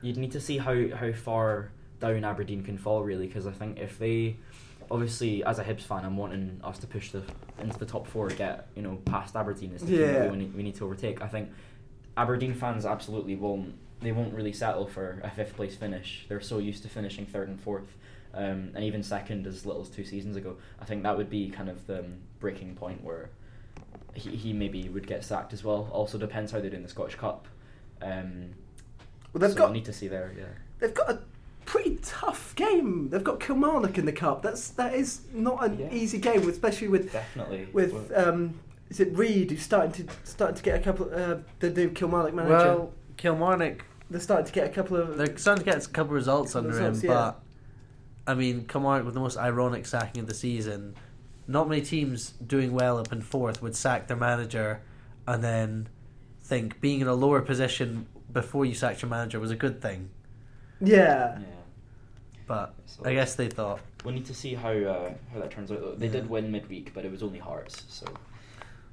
Speaker 4: you'd need to see how, how far down Aberdeen can fall really, because I think if they, obviously, as a Hibs fan, I'm wanting us to push the into the top four, get you know past Aberdeen is the team
Speaker 1: Yeah.
Speaker 4: that we need, we need to overtake. I think Aberdeen fans absolutely won't. They won't really settle for a fifth place finish. They're so used to finishing third and fourth, um, and even second as little as two seasons ago. I think that would be kind of the um, breaking point where he, he maybe would get sacked as well. Also depends how they do in the Scottish Cup. Um,
Speaker 1: Well, they've
Speaker 4: so
Speaker 1: got
Speaker 4: we'll need to see there. Yeah.
Speaker 1: they've got a pretty tough game. They've got Kilmarnock in the cup. That's that is not an
Speaker 4: Yeah.
Speaker 1: easy game, especially with
Speaker 4: Definitely.
Speaker 1: with um, is it Reed who's starting to starting to get a couple uh, the new Kilmarnock manager.
Speaker 2: Well, Kilmarnock
Speaker 1: they're starting to get a couple of
Speaker 2: They're starting to get a couple of results
Speaker 1: Couple
Speaker 2: under
Speaker 1: results,
Speaker 2: him,
Speaker 1: yeah.
Speaker 2: but I mean, come on, with the most ironic sacking of the season, not many teams doing well up and fourth would sack their manager and then think being in a lower position before you sacked your manager was a good thing.
Speaker 1: yeah.
Speaker 4: yeah.
Speaker 2: But
Speaker 4: So-
Speaker 2: I guess they thought
Speaker 4: We'll need to see how uh, how that turns out. though. They did
Speaker 2: Yeah.
Speaker 4: win midweek, but it was only Hearts, so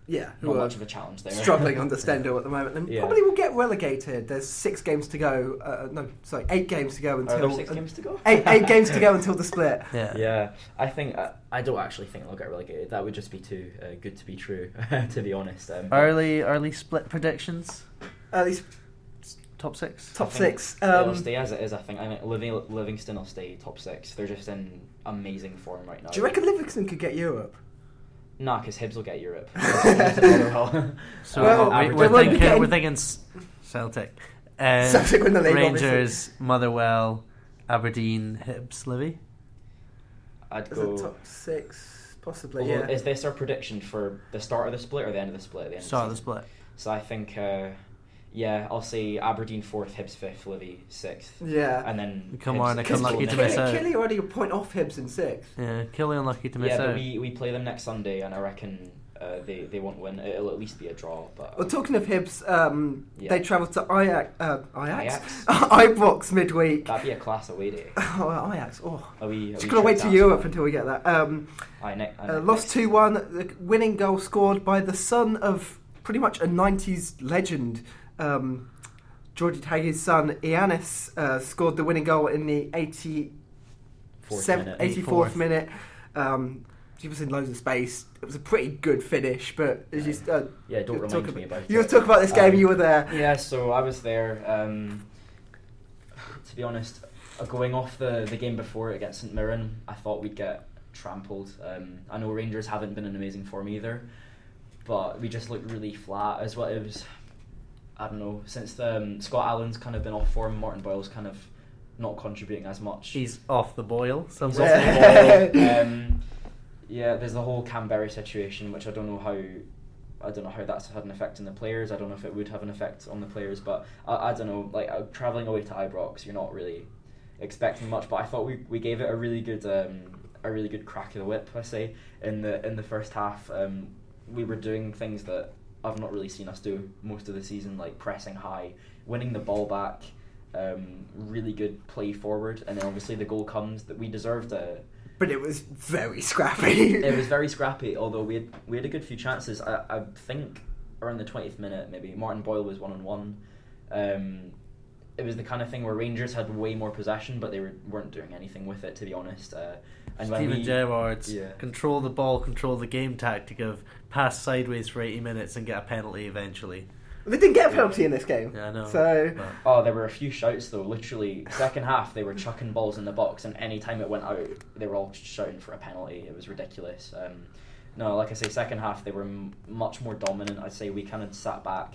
Speaker 1: Yeah,
Speaker 4: not
Speaker 1: who are
Speaker 4: much of a challenge there.
Speaker 1: struggling under Stendhal at the moment, and
Speaker 4: Yeah.
Speaker 1: probably will get relegated. There's six games to go. Uh, no, sorry, eight games to go
Speaker 4: Are
Speaker 1: until
Speaker 4: there Oh, six games to go?
Speaker 1: eight eight games to go until the split.
Speaker 2: yeah.
Speaker 4: Yeah, I think I, I don't actually think they'll get relegated. That would just be too uh, good to be true, to be honest. Um, but
Speaker 2: Early early split predictions,
Speaker 1: At least
Speaker 2: top six.
Speaker 1: top
Speaker 4: I think
Speaker 1: six.
Speaker 4: It'll
Speaker 1: Um,
Speaker 4: stay as it is, I think. I mean, Living, Livingston will stay top six. They're just in amazing form right now.
Speaker 1: do you reckon Livingston could get Europe?
Speaker 4: Nah, because Hibs will get Europe. Hibs will get Motherwell.
Speaker 2: So
Speaker 1: Well,
Speaker 2: we,
Speaker 1: we
Speaker 2: we're,
Speaker 1: won't be
Speaker 2: thinking,
Speaker 1: getting-
Speaker 2: we're thinking S- Celtic, um,
Speaker 1: Celtic win the league,
Speaker 2: Rangers, Motherwell, Aberdeen, Hibs, Livy.
Speaker 4: I'd
Speaker 1: Is
Speaker 4: go.
Speaker 1: it top six? Possibly,
Speaker 4: Although,
Speaker 1: yeah.
Speaker 4: Is this our prediction for the start of the split or the end of the split? At the end
Speaker 2: Start of
Speaker 4: of
Speaker 2: the
Speaker 4: season?
Speaker 2: split.
Speaker 4: So I think, uh, yeah, I'll say Aberdeen fourth, Hibs fifth, Livy sixth,
Speaker 1: yeah.
Speaker 4: and then
Speaker 2: Come
Speaker 4: Hibs
Speaker 2: on, I
Speaker 4: next
Speaker 1: Because
Speaker 2: come
Speaker 4: goal
Speaker 2: lucky to
Speaker 4: next
Speaker 2: miss
Speaker 4: week.
Speaker 2: out.
Speaker 1: Kelly already a point off Hibs in six.
Speaker 2: Yeah, Killy unlucky to miss
Speaker 4: Yeah,
Speaker 2: out.
Speaker 4: but we, we play them next Sunday, and I reckon uh, they they won't win. It'll at least be a draw. But
Speaker 1: Well, talking of Hibs, um,
Speaker 4: Yeah.
Speaker 1: they travelled to Ajax, uh, Ajax?
Speaker 4: Ajax.
Speaker 1: Ibrox midweek.
Speaker 4: that'd be a class away day.
Speaker 1: Oh, Ajax. Oh,
Speaker 4: Are we? Are
Speaker 1: just
Speaker 4: we
Speaker 1: got to wait
Speaker 4: tricked
Speaker 1: till
Speaker 4: out?
Speaker 1: Europe until we get that. Um,
Speaker 4: Aye, ne- aye,
Speaker 1: uh,
Speaker 4: next-
Speaker 1: lost 2 1. The winning goal scored by the son of pretty much a 90s legend. Um, Georgie Tagi's son, Ianis, uh, scored the winning goal in the 80,
Speaker 4: Fourth
Speaker 1: sev-
Speaker 4: minute.
Speaker 1: 84th minute. Um, He was in loads of space. It was a pretty good finish, but as you uh,
Speaker 4: Yeah, don't
Speaker 1: you'll
Speaker 4: remind
Speaker 1: talk
Speaker 4: me
Speaker 1: about,
Speaker 4: about
Speaker 1: You'll
Speaker 4: it.
Speaker 1: talk about this game.
Speaker 4: Um,
Speaker 1: you were there.
Speaker 4: Yeah, so I was there. Um, to be honest, uh, going off the, the game before against St Mirren, I thought we'd get trampled. Um, I know Rangers haven't been in amazing form either, but we just looked really flat as well. It was, I don't know, since the, um, Scott Allen's kind of been off form, Martin Boyle's kind of not contributing as much.
Speaker 2: She's off the boil.
Speaker 4: He's
Speaker 2: Somewhere.
Speaker 4: off the ball. um, yeah, there's the whole Canberra situation, which I don't know how. I don't know how that's had an effect on the players. I don't know if it would have an effect on the players, but I, I don't know. Like uh, traveling away to Ibrox, you're not really expecting much. But I thought we, we gave it a really good um, a really good crack of the whip. I say in the in the first half, um, we were doing things that I've not really seen us do most of the season, like pressing high, winning the ball back, um, really good play forward, and then obviously the goal comes that we deserved a.
Speaker 1: but it was very scrappy.
Speaker 4: It was very scrappy, although we had we had a good few chances. I, I think around the twentieth minute, maybe Martin Boyle was one on one. Um, it was the kind of thing where Rangers had way more possession, but they were, weren't doing anything with it, to be honest. Uh, and when
Speaker 2: Steven
Speaker 4: we-
Speaker 2: Gerrard's
Speaker 4: Yeah.
Speaker 2: control the ball, control the game tactic of pass sideways for 80 minutes and get a penalty eventually.
Speaker 1: They didn't get a penalty in this game.
Speaker 2: Yeah, I know.
Speaker 1: So
Speaker 2: But
Speaker 4: Oh, there were a few shouts though. Literally, second half they were chucking balls in the box, and any time it went out, they were all shouting for a penalty. It was ridiculous. Um, no, like I say, second half they were m- much more dominant. I'd say we kind of sat back.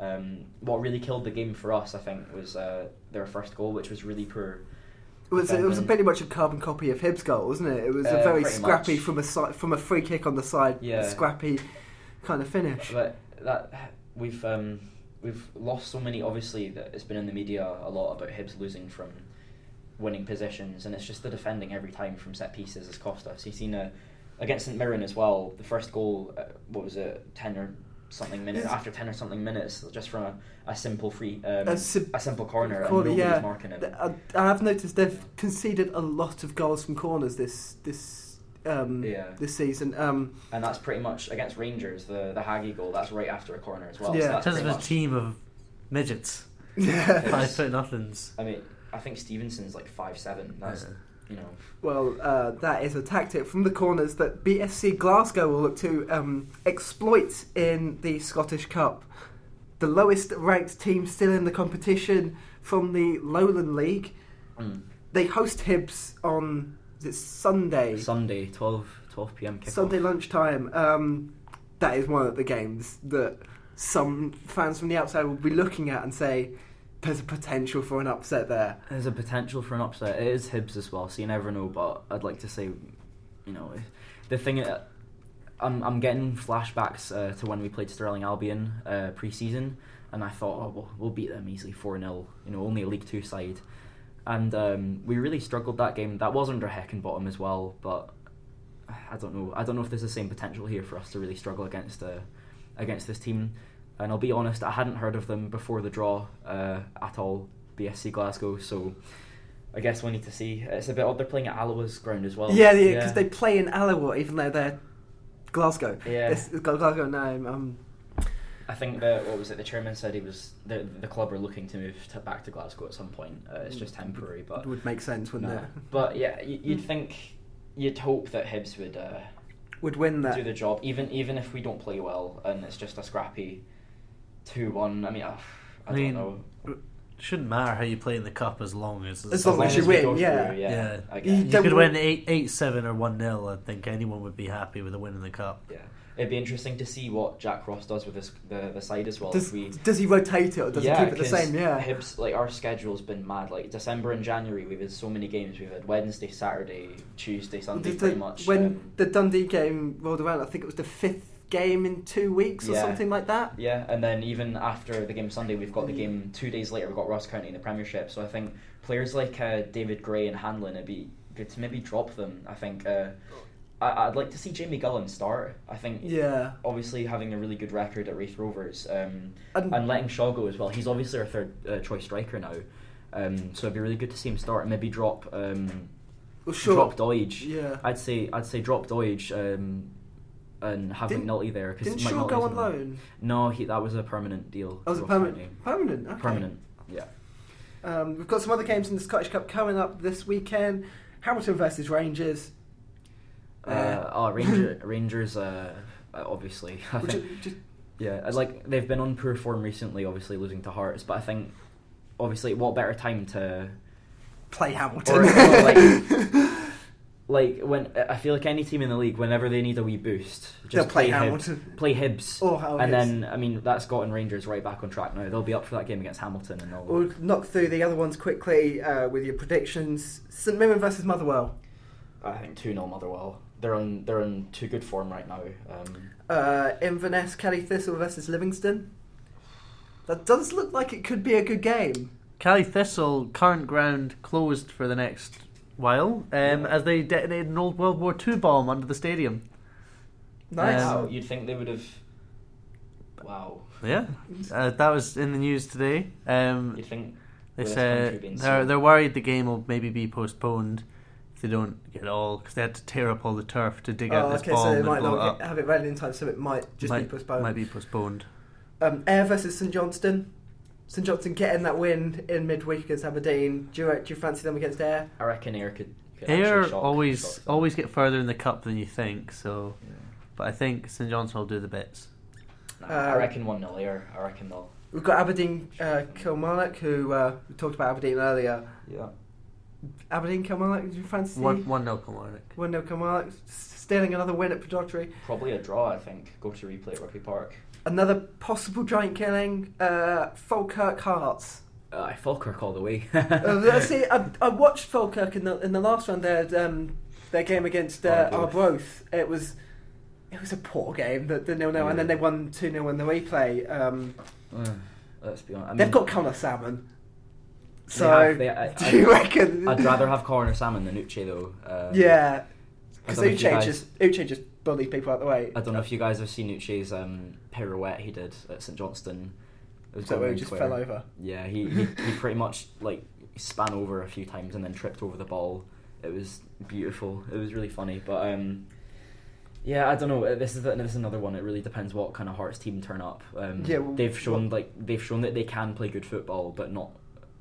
Speaker 4: Um, what really killed the game for us, I think, was uh, their first goal, which was really poor.
Speaker 1: it was it was
Speaker 4: defending.
Speaker 1: pretty much a carbon copy of Hibbs' goal, wasn't it? It was a
Speaker 4: Uh,
Speaker 1: very
Speaker 4: pretty
Speaker 1: scrappy
Speaker 4: much.
Speaker 1: from a side, from a free kick on the side,
Speaker 4: Yeah.
Speaker 1: scrappy kind of finish.
Speaker 4: But that we've um, we've lost so many. Obviously, that it's been in the media a lot about Hibs losing from winning positions, and it's just the defending every time from set pieces has cost us. You've seen a, against St Mirren as well. The first goal, uh, what was it, ten or something minutes after ten or something minutes, just from a, a simple free, um,
Speaker 1: A
Speaker 4: a,
Speaker 1: sim-
Speaker 4: simple corner, and
Speaker 1: Corner,
Speaker 4: nobody's
Speaker 1: yeah. uh,
Speaker 4: marking him.
Speaker 1: I, I have noticed they've conceded a lot of goals from corners this this um,
Speaker 4: Yeah.
Speaker 1: this season. Um,
Speaker 4: And that's pretty much against Rangers. The the Haggy goal. That's right after a corner as well.
Speaker 1: Yeah.
Speaker 4: so that's
Speaker 2: because of
Speaker 4: pretty
Speaker 2: a
Speaker 4: much-
Speaker 2: team of midgets, five
Speaker 4: Yes.
Speaker 2: foot nothings.
Speaker 4: I mean, I think Stevenson's like five seven. That's
Speaker 2: Yeah.
Speaker 4: you know.
Speaker 1: well, uh, that is a tactic from the corners that BFC Glasgow will look to um, exploit in the Scottish Cup. The lowest ranked team still in the competition from the Lowland League.
Speaker 4: Mm.
Speaker 1: They host Hibs on is it Sunday.
Speaker 4: Sunday, 12, 12 p.m. kickoff.
Speaker 1: Sunday lunchtime. Um, that is one of the games that some fans from the outside will be looking at and say, "There's a potential for an upset there."
Speaker 4: There's a potential for an upset. It is Hibs as well, so you never know. But I'd like to say, you know, the thing. uh, I'm I'm getting flashbacks uh, to when we played Sterling Albion uh, pre-season, and I thought, oh, we'll, we'll beat them easily, four 0 You know, only a League Two side, and um, we really struggled that game. That was under Heckenbottom as well, but I don't know. I don't know if there's the same potential here for us to really struggle against uh, against this team. And I'll be honest, I hadn't heard of them before the draw uh, at all. BSC Glasgow, so I guess we'll need to see. It's a bit odd. They're playing at Alloa's ground as well.
Speaker 1: yeah, yeah, because they play in Alloa, even though they're Glasgow.
Speaker 4: Yeah.
Speaker 1: it's, it's got Glasgow name. Um,
Speaker 4: I think that what was it? The chairman said he was the the club are looking to move to, back to Glasgow at some point. Uh, it's just temporary, but
Speaker 1: it would make sense, wouldn't
Speaker 4: no.
Speaker 1: it? Hmm.
Speaker 4: But yeah, you, you'd think you'd hope that Hibs would uh,
Speaker 1: Would win that.
Speaker 4: do the job, even even if we don't play well and it's just a scrappy two one. I mean, I, I
Speaker 2: I
Speaker 4: don't
Speaker 2: mean,
Speaker 4: know.
Speaker 2: Shouldn't matter how you play in the cup as long as
Speaker 1: As long
Speaker 4: long
Speaker 1: as you
Speaker 4: as we
Speaker 1: win,
Speaker 4: go
Speaker 1: yeah.
Speaker 4: through, yeah,
Speaker 2: Yeah.
Speaker 4: I
Speaker 1: You
Speaker 4: guess.
Speaker 2: You
Speaker 1: Then
Speaker 2: could
Speaker 1: we'll-
Speaker 2: win eight eight seven or one 0 I think anyone would be happy with a win in the cup.
Speaker 4: Yeah, it'd be interesting to see what Jack Ross does with his, the the side as well.
Speaker 1: Does,
Speaker 4: if we
Speaker 1: does he rotate it or does he keep it the
Speaker 4: 'cause
Speaker 1: same? Yeah.
Speaker 4: Hibs, like our schedule's been mad. Like December and January, we've had so many games. We've had Wednesday, Saturday, Tuesday, Sunday,
Speaker 1: Did
Speaker 4: pretty
Speaker 1: the-
Speaker 4: much.
Speaker 1: when
Speaker 4: um,
Speaker 1: the Dundee game rolled around, I think it was the fifth game in two weeks or
Speaker 4: Yeah.
Speaker 1: something like that.
Speaker 4: yeah, and then even after the game Sunday, we've got the game two days later. We've got Ross County in the Premiership. So I think players like uh, David Gray and Hanlon, it'd be good to maybe drop them. I think uh, I, I'd like to see Jamie Gullen start. I think
Speaker 1: Yeah.
Speaker 4: obviously having a really good record at Wraith Rovers um,
Speaker 1: And-
Speaker 4: and, letting Shaw go as well. He's obviously our third uh, choice striker now, um, so it'd be really good to see him start and maybe drop um,
Speaker 1: Well, sure.
Speaker 4: drop Doige.
Speaker 1: Yeah.
Speaker 4: I'd say I'd say drop Doige um, and have
Speaker 1: Didn't-
Speaker 4: McNulty there because
Speaker 1: Didn't Shaw go on loan?
Speaker 4: No, he, that was a permanent deal.
Speaker 1: That was a
Speaker 4: Ross County.
Speaker 1: permanent. Permanent. Okay.
Speaker 4: Permanent. Yeah.
Speaker 1: Um, we've got some other games in the Scottish Cup coming up this weekend. Hamilton versus Rangers. Uh,
Speaker 4: Uh, oh, Ranger, Rangers, uh, uh, obviously. I
Speaker 1: Would
Speaker 4: think,
Speaker 1: you- just-
Speaker 4: yeah, I'd like they've been on poor form recently, obviously losing to Hearts, but I think, obviously, what better time to
Speaker 1: play Hamilton.
Speaker 4: Or- or like- like when I feel like any team in the league, whenever they need a wee boost, just
Speaker 1: They'll play
Speaker 4: Hib-
Speaker 1: Hamilton. Oh,
Speaker 4: play Hibs,
Speaker 1: Or Hibs.
Speaker 4: and then I mean that's gotten Rangers right back on track now. They'll be up for that game against Hamilton, and they'll.
Speaker 1: We'll knock through the other ones quickly uh, with your predictions. St Mirren versus Motherwell.
Speaker 4: I think two 0 Motherwell. They're on they're on too good form right now. Um,
Speaker 1: Uh, Inverness, Kelly Thistle versus Livingston. That does look like it could be a good game.
Speaker 2: Cali Thistle, current ground closed for the next while, um, as they detonated an old World War II bomb under the stadium.
Speaker 1: Nice.
Speaker 2: Um,
Speaker 4: wow, you'd think they would have. Wow.
Speaker 2: Yeah, uh, that was in the news today. Um,
Speaker 4: You'd think
Speaker 2: they
Speaker 4: with this country
Speaker 2: said
Speaker 4: being
Speaker 2: they're,
Speaker 4: so-
Speaker 2: they're worried the game will maybe be postponed if they don't get it all because they had to tear up all the turf to dig out
Speaker 1: Oh,
Speaker 2: this
Speaker 1: okay,
Speaker 2: bomb
Speaker 1: so they
Speaker 2: and
Speaker 1: might
Speaker 2: blow
Speaker 1: not
Speaker 2: it
Speaker 1: get,
Speaker 2: up.
Speaker 1: have it ready in time, so it might just be
Speaker 2: might,
Speaker 1: postponed.
Speaker 2: Might be postponed.
Speaker 1: Um, Air versus St Johnston. St Johnston getting that win in midweek against Aberdeen. Do you, do you fancy them against Air?
Speaker 4: I reckon Air could. could
Speaker 2: Air
Speaker 4: actually shock-
Speaker 2: always
Speaker 4: shock them.
Speaker 2: always get further in the cup than you think. So,
Speaker 4: Yeah.
Speaker 2: but I think St Johnson will do the bits.
Speaker 4: Nah,
Speaker 1: Uh,
Speaker 4: I reckon one 0 Air. I reckon they'll.
Speaker 1: We've got Aberdeen uh, Kilmarnock, who uh, we talked about Aberdeen earlier.
Speaker 4: Yeah.
Speaker 1: Aberdeen Kilmarnock, do you fancy?
Speaker 2: One one nil Kilmarnock.
Speaker 1: One nil Kilmarnock, s- stealing another win at Padautry.
Speaker 4: Probably a draw. I think. Go to replay at Rugby Park.
Speaker 1: Another possible giant killing, uh, Falkirk Hearts.
Speaker 4: Uh, Falkirk all the way.
Speaker 1: uh, let's see, I, I watched Falkirk in the in the last round. Their um, their game against uh,
Speaker 4: Oh,
Speaker 1: Arbroath. It was it was a poor game. The, the nil nil, and then they won two 0 in the replay. Um,
Speaker 4: Uh, Let's be honest. I mean,
Speaker 1: they've got Connor Salmon.
Speaker 4: They
Speaker 1: So
Speaker 4: have- they- I-
Speaker 1: do
Speaker 4: I-
Speaker 1: you reckon?
Speaker 4: I'd rather have Coroner Salmon than Uche though. Uh,
Speaker 1: Yeah,
Speaker 4: I
Speaker 1: because
Speaker 4: don't know if you
Speaker 1: Uche
Speaker 4: guys-
Speaker 1: just Uche just bullied people out the way.
Speaker 4: I don't know if you guys have seen Uche's um, pirouette he did at St Johnston. It was
Speaker 1: So
Speaker 4: going
Speaker 1: he
Speaker 4: round
Speaker 1: just
Speaker 4: square.
Speaker 1: fell over.
Speaker 4: Yeah, he, he he pretty much like span over a few times and then tripped over the ball. It was beautiful. It was really funny, but um, yeah, I don't know. Uh, This is the- this is another one. It really depends what kind of Hearts team turn up. Um,
Speaker 1: Yeah, well,
Speaker 4: they've shown
Speaker 1: what-
Speaker 4: like they've shown that they can play good football, but not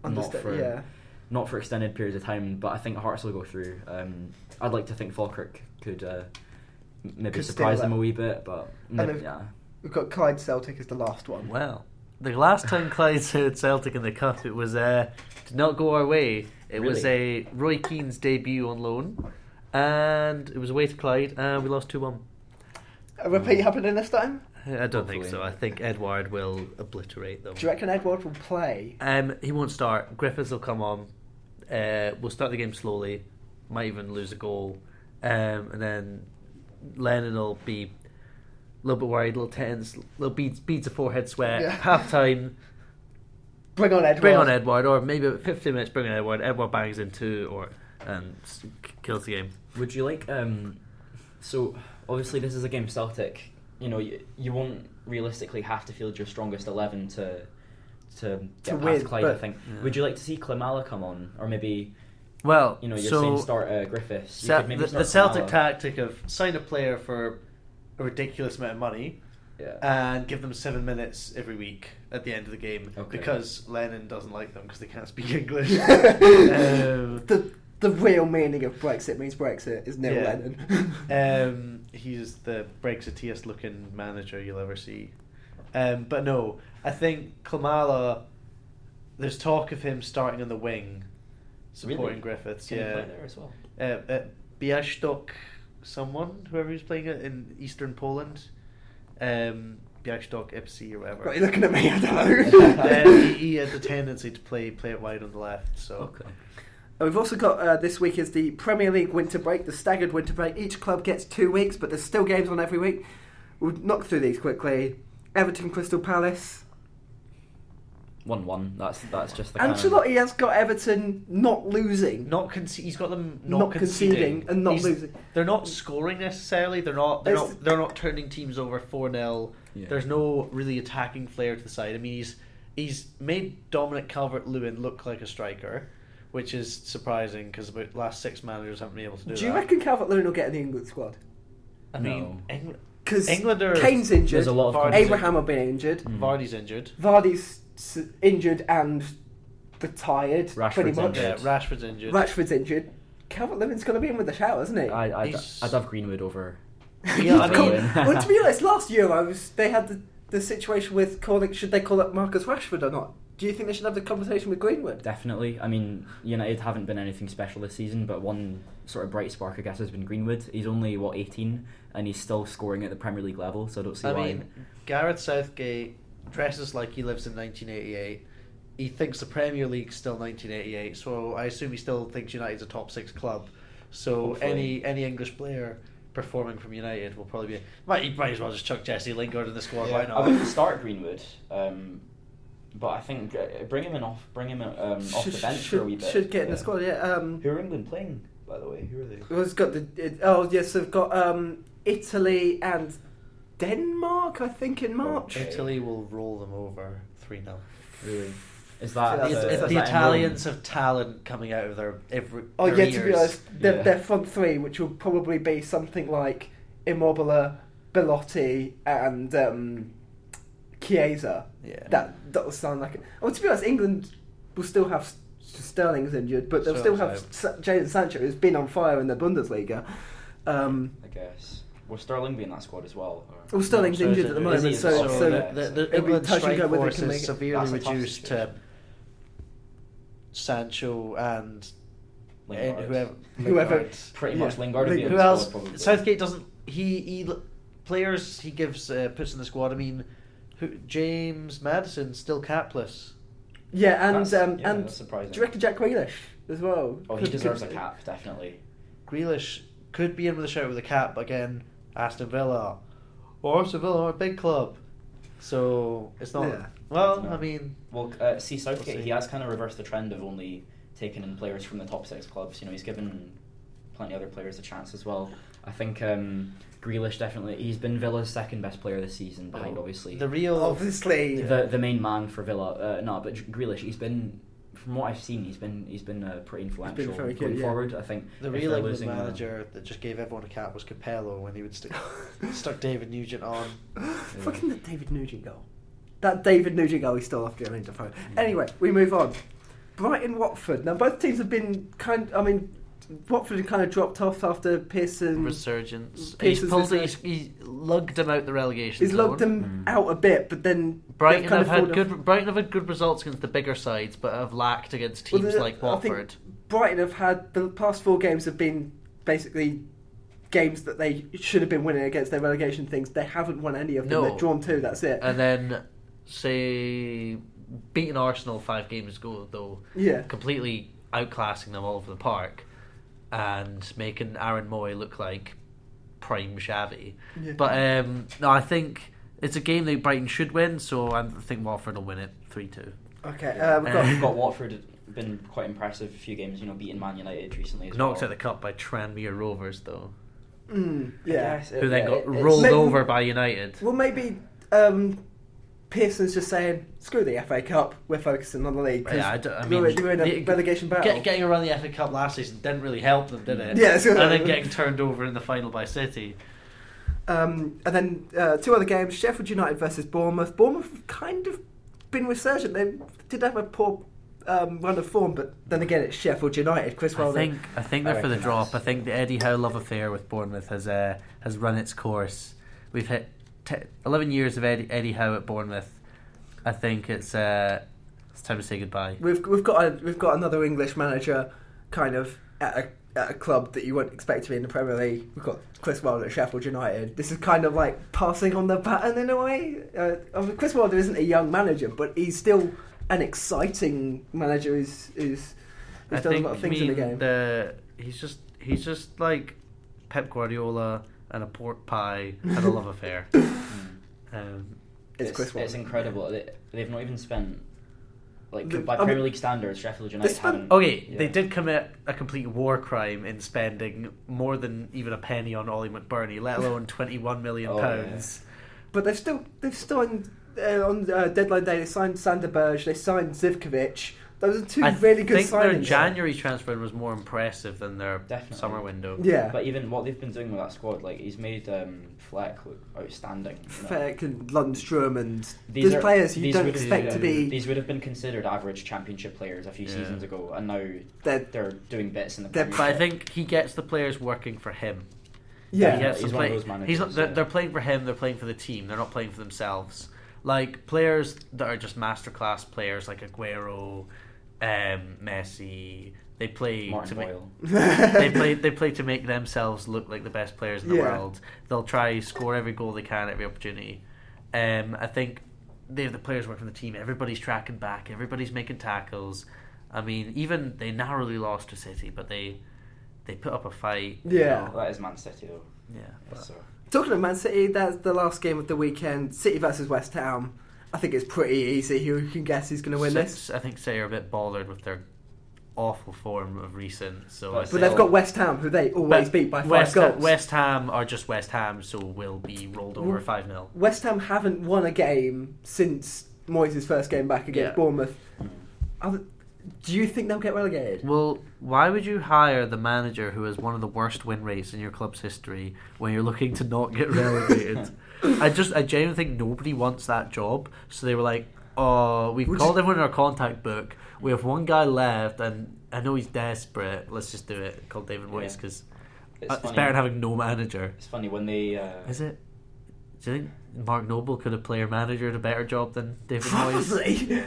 Speaker 1: Understand?
Speaker 4: not for
Speaker 1: yeah.
Speaker 4: not for extended periods of time, but I think Hearts will go through. Um, I'd like to think Falkirk could uh, m- maybe
Speaker 1: Could
Speaker 4: surprise
Speaker 1: steal
Speaker 4: them
Speaker 1: it.
Speaker 4: a wee bit, but
Speaker 1: And
Speaker 4: n-
Speaker 1: if-
Speaker 4: yeah,
Speaker 1: We've got Clyde Celtic as the last one.
Speaker 2: Well, the last time Clyde said Celtic in the cup, it was uh, did not go our way. It was a Roy Keane's debut on loan, and it was away to Clyde, and we lost two one.
Speaker 1: A
Speaker 2: mm.
Speaker 1: repeat happening this time?
Speaker 2: I don't think
Speaker 4: Hopefully.
Speaker 2: so. I think Edward will obliterate them.
Speaker 1: Do you reckon Edward will play?
Speaker 2: Um, he won't start. Griffiths will come on. Uh, we'll start the game slowly. Might even lose a goal, um, and then Lennon will be a little bit worried, a little tense, little beads, beads of forehead sweat.
Speaker 1: Yeah.
Speaker 2: Half time,
Speaker 1: Bring on Edward.
Speaker 2: bring on Edward, or maybe about 15 minutes, bring on Edward. Edward bangs in two, or and s- k- kills the game.
Speaker 4: would you like? Um, so obviously this is a game Celtic. You know, you, you won't realistically have to field your strongest eleven to to get past
Speaker 1: win,
Speaker 4: Clyde. I
Speaker 1: but-
Speaker 4: think.
Speaker 2: Yeah.
Speaker 4: Would you like to see Klimala come on, or maybe
Speaker 2: Well,
Speaker 4: you know you're
Speaker 2: so
Speaker 4: saying start uh, Griffiths? You
Speaker 2: Cel-
Speaker 4: could maybe
Speaker 2: the,
Speaker 4: start
Speaker 2: the Celtic
Speaker 4: Klimala.
Speaker 2: tactic
Speaker 5: of sign a player for a ridiculous amount of money
Speaker 4: Yeah.
Speaker 2: uh,
Speaker 5: and give them seven minutes every week at the end of the game
Speaker 4: Okay.
Speaker 5: because Lennon doesn't like them because they can't speak English. um,
Speaker 1: the the real meaning of Brexit means Brexit is Neil
Speaker 5: Yeah.
Speaker 1: Lennon.
Speaker 5: um, he's the Brexiteest looking manager you'll ever see. Um, but no, I think Kamala. There's talk of him starting on the wing, supporting
Speaker 4: Really?
Speaker 5: Griffiths.
Speaker 4: Can he
Speaker 5: yeah,
Speaker 4: play there as well?
Speaker 5: uh, uh, Biaszczuk, someone, whoever he's playing it in Eastern Poland, um, Biaszczuk, Ipsy or whatever.
Speaker 1: Right, you're looking at me, I don't
Speaker 5: Uh,
Speaker 1: know.
Speaker 5: he, he had the tendency to play play it wide on the left. So
Speaker 4: Okay.
Speaker 1: And We've also got uh, this week is the Premier League winter break, the staggered winter break. Each club gets two weeks, but there's still games on every week. We'll knock through these quickly. Everton Crystal Palace.
Speaker 4: One one. That's that's just the kind of-
Speaker 1: Ancelotti has got Everton not losing.
Speaker 5: not conce- he's got them not,
Speaker 1: Not conceding and not
Speaker 5: He's-
Speaker 1: losing.
Speaker 5: They're not scoring necessarily. They're not. They're
Speaker 1: It's-
Speaker 5: not. They're not turning teams over four 0
Speaker 4: Yeah.
Speaker 5: There's no really attacking flair to the side. I mean, he's he's made Dominic Calvert Lewin look like a striker, which is surprising because about last six managers haven't been able to do.
Speaker 1: Do, you
Speaker 5: that.
Speaker 1: reckon Calvert Lewin will get in the England squad?
Speaker 5: I mean,
Speaker 4: No.
Speaker 5: Eng-
Speaker 1: Because
Speaker 5: England are-
Speaker 1: Kane's injured.
Speaker 4: There's a lot of Hmm.
Speaker 5: Vardy's
Speaker 4: competition.
Speaker 1: Abraham have been injured.
Speaker 5: Hmm. Vardy's injured.
Speaker 1: Vardy's s- injured and retired, pretty
Speaker 4: Rashford's
Speaker 1: much.
Speaker 4: injured.
Speaker 5: Yeah, Rashford's injured.
Speaker 1: Rashford's injured. Calvert Lewin's going to be in with the shout, isn't he?
Speaker 7: I, I'd,
Speaker 2: He's-
Speaker 7: I'd have Greenwood over.
Speaker 2: Yeah, I
Speaker 1: Of course.
Speaker 2: mean-
Speaker 1: well, to be honest, last year I was, they had the, the situation with calling should they call up Marcus Rashford or not? Do you think they should have the conversation with Greenwood?
Speaker 7: Definitely. I mean, United haven't been anything special this season, but one sort of bright spark, I guess, has been Greenwood. He's only, what, 18, and he's still scoring at the Premier League level, so I don't see
Speaker 2: I
Speaker 7: why.
Speaker 2: mean, Gareth Southgate dresses like he lives in 1988. He thinks the Premier League's still 1988, so I assume he still thinks United's a top six club. So
Speaker 7: Hopefully.
Speaker 2: any any English player performing from United will probably be might you might as well just chuck Jesse Lingard in the squad. Why
Speaker 4: I
Speaker 2: not?
Speaker 4: would start Greenwood, um, but I think uh, bring him in off, bring him in, um, off the
Speaker 1: Should-
Speaker 4: bench
Speaker 1: should,
Speaker 4: for a wee bit.
Speaker 1: should get in the
Speaker 4: Yeah.
Speaker 1: squad, yeah. Um,
Speaker 4: Who are England playing, by the way? Who are they?
Speaker 1: Who's got the? It, oh yes, they've got um, Italy and Denmark, I think, in March.
Speaker 4: Okay.
Speaker 2: Italy will roll them over three 0
Speaker 7: really. Is that.
Speaker 1: That's
Speaker 2: It's,
Speaker 1: a-
Speaker 2: it's
Speaker 1: that's
Speaker 2: the
Speaker 1: a-
Speaker 2: Italians have talent coming out of their every.
Speaker 1: Oh
Speaker 2: their
Speaker 1: yeah,
Speaker 2: ears.
Speaker 1: to be honest, their,
Speaker 4: Yeah.
Speaker 1: their front three, which will probably be something like Immobile, Bellotti, and um, Chiesa.
Speaker 2: Yeah.
Speaker 1: That that will sound like it. Oh, to be honest, England will still have S- Sterling's injured, but they'll still
Speaker 2: Sterling's
Speaker 1: have S- Jadon Sancho, who's been on fire in the Bundesliga. Um,
Speaker 4: I guess. Will Sterling be in that squad as well? Or?
Speaker 1: well, Sterling's
Speaker 2: So
Speaker 1: injured
Speaker 2: the-
Speaker 1: at the
Speaker 2: is
Speaker 1: moment,
Speaker 4: he?
Speaker 1: so,
Speaker 4: So
Speaker 1: so,
Speaker 4: the-
Speaker 2: the,
Speaker 4: it'll
Speaker 2: the
Speaker 1: be
Speaker 2: England
Speaker 1: touch and
Speaker 2: strike
Speaker 1: go whether they
Speaker 2: force
Speaker 1: can make
Speaker 2: is
Speaker 1: it.
Speaker 2: severely
Speaker 4: That's a tough
Speaker 2: reduced to
Speaker 4: situation.
Speaker 2: Sancho and uh,
Speaker 4: Lingard.
Speaker 2: whoever.
Speaker 1: Whoever-
Speaker 2: Lingard.
Speaker 4: Pretty
Speaker 1: Yeah.
Speaker 4: much Lingard would be
Speaker 1: Who
Speaker 4: in
Speaker 2: Who
Speaker 4: the
Speaker 2: else?
Speaker 4: squad probably.
Speaker 2: Southgate doesn't. He he l- players he gives uh, puts in the squad. I mean, who, James Madison still capless.
Speaker 1: Yeah, and
Speaker 4: That's-
Speaker 1: um,
Speaker 4: yeah,
Speaker 1: and
Speaker 4: that's surprising.
Speaker 1: do you reckon Jack Grealish as well?
Speaker 4: Oh, he
Speaker 1: Could-
Speaker 4: deserves a
Speaker 1: could-
Speaker 4: cap, definitely.
Speaker 2: Grealish could be in with a shout with a cap but again. Aston Villa or Sevilla are a big club, so it's not.
Speaker 1: Yeah.
Speaker 2: Well,
Speaker 4: No.
Speaker 2: I mean,
Speaker 4: Well, uh, see, Southgate,
Speaker 2: We'll see.
Speaker 4: he has kind of reversed the trend of only taking in players from the top six clubs. You know, he's given plenty of other players a chance as well. I think um, Grealish definitely, he's been Villa's second best player this season, behind,
Speaker 2: oh,
Speaker 4: obviously.
Speaker 2: the real
Speaker 1: Obviously,
Speaker 4: the the main man for Villa. Uh, no, but Grealish, he's been from what I've seen, he's been he's been uh, pretty influential
Speaker 1: very
Speaker 4: going
Speaker 1: good, yeah.
Speaker 4: forward. I think
Speaker 2: The
Speaker 4: if
Speaker 2: real
Speaker 4: they're
Speaker 2: England
Speaker 4: losing, uh,
Speaker 2: manager that just gave everyone a cat was Capello when he would stick stuck David Nugent on.
Speaker 1: Fucking the David Nugent goal. That David Nugent goal is still off Jeremy Defoe.
Speaker 2: Mm.
Speaker 1: Anyway, we move on. Brighton Watford. Now both teams have been kind. I mean, Watford had kind of dropped off after Pearson.
Speaker 2: Resurgence.
Speaker 1: Pearson's
Speaker 2: he's pulled.
Speaker 1: resurgence.
Speaker 2: He's, he's lugged them out the relegation.
Speaker 1: He's logged
Speaker 2: zone.
Speaker 1: them out a bit, but then they've
Speaker 2: Brighton
Speaker 1: kind
Speaker 2: have
Speaker 1: of
Speaker 2: had
Speaker 1: fallen off.
Speaker 2: good. Brighton have had good results against the bigger sides, but have lacked against
Speaker 1: Well,
Speaker 2: teams
Speaker 1: the-
Speaker 2: like
Speaker 1: I think
Speaker 2: Watford.
Speaker 1: Brighton have had the past four games have been basically games that they should have been winning against their relegation things. They haven't won any of them.
Speaker 2: No.
Speaker 1: They're drawn two. That's it.
Speaker 2: And then say beating Arsenal five games ago though,
Speaker 1: yeah.
Speaker 2: completely outclassing them all over the park, and making Aaron Moy look like prime Shabby.
Speaker 1: Yeah.
Speaker 2: But um, no, I think it's a game that Brighton should win, so I think Watford will win it three two.
Speaker 1: Okay, uh, we've
Speaker 2: Uh,
Speaker 1: got
Speaker 4: We've got Watford been quite impressive a few games. You know, beating Man United recently. As
Speaker 2: Knocked
Speaker 4: well.
Speaker 2: out the cup by Tranmere Rovers though,
Speaker 1: Mm,
Speaker 4: I
Speaker 1: yeah.
Speaker 4: guess it-
Speaker 2: who then
Speaker 4: yeah,
Speaker 2: got
Speaker 4: it- it's-
Speaker 2: rolled
Speaker 1: Let-
Speaker 2: over by United.
Speaker 1: Well, maybe um, Pearson's just saying, "Screw the FA Cup. We're focusing on the league." 'cause
Speaker 2: Yeah, I, d- I
Speaker 1: we
Speaker 2: mean,
Speaker 1: were- we were in a
Speaker 2: the-
Speaker 1: relegation battle.
Speaker 2: get- getting around the FA Cup last season didn't really help them, did it?
Speaker 1: Yeah, it's-
Speaker 2: and then getting turned over in the final by City.
Speaker 1: um, and then uh, two other games: Sheffield United versus Bournemouth. Bournemouth have kind of been resurgent. They did have a poor um, run of form, but then again, it's Sheffield United. Chris
Speaker 8: I
Speaker 1: Wilder.
Speaker 8: think I think they're
Speaker 4: I
Speaker 8: for the
Speaker 4: reckon
Speaker 8: drop. I
Speaker 4: that's-
Speaker 8: think the Eddie Howe love affair with Bournemouth has uh, has run its course. We've hit t- eleven years of Eddie, Eddie Howe at Bournemouth. I think it's uh, it's time to say goodbye.
Speaker 1: We've we've got a, we've got another English manager, kind of at a, at a club that you wouldn't expect to be in the Premier League. We've got Chris Wilder at Sheffield United. This is kind of like passing on the baton in a way. Uh, I mean, Chris Wilder isn't a young manager, but he's still an exciting manager. Who's who's,
Speaker 2: I
Speaker 1: who's done a
Speaker 2: think
Speaker 1: lot of things in the game.
Speaker 2: the- he's just he's just like Pep Guardiola and a pork pie and a love affair.
Speaker 4: Mm.
Speaker 2: Um,
Speaker 1: it's Chris Wilder.
Speaker 4: It's incredible. They, they've not even spent like
Speaker 1: The-
Speaker 4: by
Speaker 1: I mean-
Speaker 4: Premier League standards. Sheffield United
Speaker 1: spent-
Speaker 4: haven't.
Speaker 2: okay,
Speaker 4: yeah.
Speaker 2: they did commit a complete war crime in spending more than even a penny on Ollie McBurney, let alone twenty one million
Speaker 4: Oh, yeah.
Speaker 2: pounds.
Speaker 1: But they've still they've still on, uh, on uh, deadline day they signed Sander Berge, they signed Zivkovic, Those are two
Speaker 2: I
Speaker 1: really good
Speaker 2: think their
Speaker 1: signings.
Speaker 2: January transfer was more impressive than their
Speaker 4: Definitely.
Speaker 2: summer window.
Speaker 1: Yeah.
Speaker 4: But even what they've been doing with that squad, like he's made um, Fleck look outstanding. you know.
Speaker 1: Feck and Lundstrom and
Speaker 4: These
Speaker 1: these
Speaker 4: are-
Speaker 1: players you
Speaker 4: these
Speaker 1: don't
Speaker 4: would-
Speaker 1: expect to be.
Speaker 4: These would have been considered average championship players a few
Speaker 2: Yeah.
Speaker 4: seasons ago, and now
Speaker 1: they're,
Speaker 4: they're doing bits in the.
Speaker 1: They're-
Speaker 4: Premier
Speaker 2: But I
Speaker 4: League.
Speaker 2: think he gets the players working for him.
Speaker 1: yeah,
Speaker 2: he
Speaker 4: Yeah,
Speaker 2: gets
Speaker 4: he's
Speaker 2: the
Speaker 4: one of
Speaker 2: play-
Speaker 4: those managers,
Speaker 2: He's not, they're,
Speaker 4: yeah.
Speaker 2: they're playing for him. They're playing for the team. They're not playing for themselves. Like players that are just masterclass players, like Aguero, um, Messi. They play to
Speaker 4: Martin
Speaker 2: make
Speaker 4: Boyle.
Speaker 2: they play they play to make themselves look like the best players in the
Speaker 1: Yeah.
Speaker 2: world. They'll try score every goal they can every opportunity. Um, I think they have the players working the team. Everybody's tracking back. Everybody's making tackles. I mean, even they narrowly lost to City, but they they put up a fight. you
Speaker 1: Yeah.
Speaker 2: know.
Speaker 4: That is Man City though.
Speaker 2: yeah. but-
Speaker 4: So
Speaker 1: Talking of Man City, that's the last game of the weekend. City versus West Ham. I think it's pretty easy. Who can guess who's going to win
Speaker 2: Sa-
Speaker 1: this?
Speaker 2: I think City are a bit bothered with their awful form of recent. So, I
Speaker 4: But
Speaker 1: But
Speaker 2: think-
Speaker 1: they've got West Ham, who they always beat by five
Speaker 2: West,
Speaker 1: goals.
Speaker 2: West Ham are just West Ham, so will be rolled over
Speaker 1: Mm.
Speaker 2: five 0
Speaker 1: West Ham haven't won a game since Moyes' first game back against
Speaker 2: Yeah.
Speaker 1: Bournemouth.
Speaker 4: hmm.
Speaker 1: Are th- Do you think they'll get relegated?
Speaker 2: Well, why would you hire the manager who has one of the worst win rates in your club's history when you're looking to not get relegated? I just, I genuinely think nobody wants that job. So they were like, "Oh, we've
Speaker 1: We'll
Speaker 2: called
Speaker 1: just-
Speaker 2: everyone in our contact book. We have one guy left, and I know he's desperate. Let's just do it." Called David Moyes
Speaker 4: Yeah.
Speaker 2: because
Speaker 4: it's,
Speaker 2: Uh, it's,
Speaker 4: funny.
Speaker 2: better than having no manager.
Speaker 4: it's funny when they. Uh,
Speaker 2: Is it? Do you think Mark Noble could have player managered a better job than David Moyes?
Speaker 1: Probably.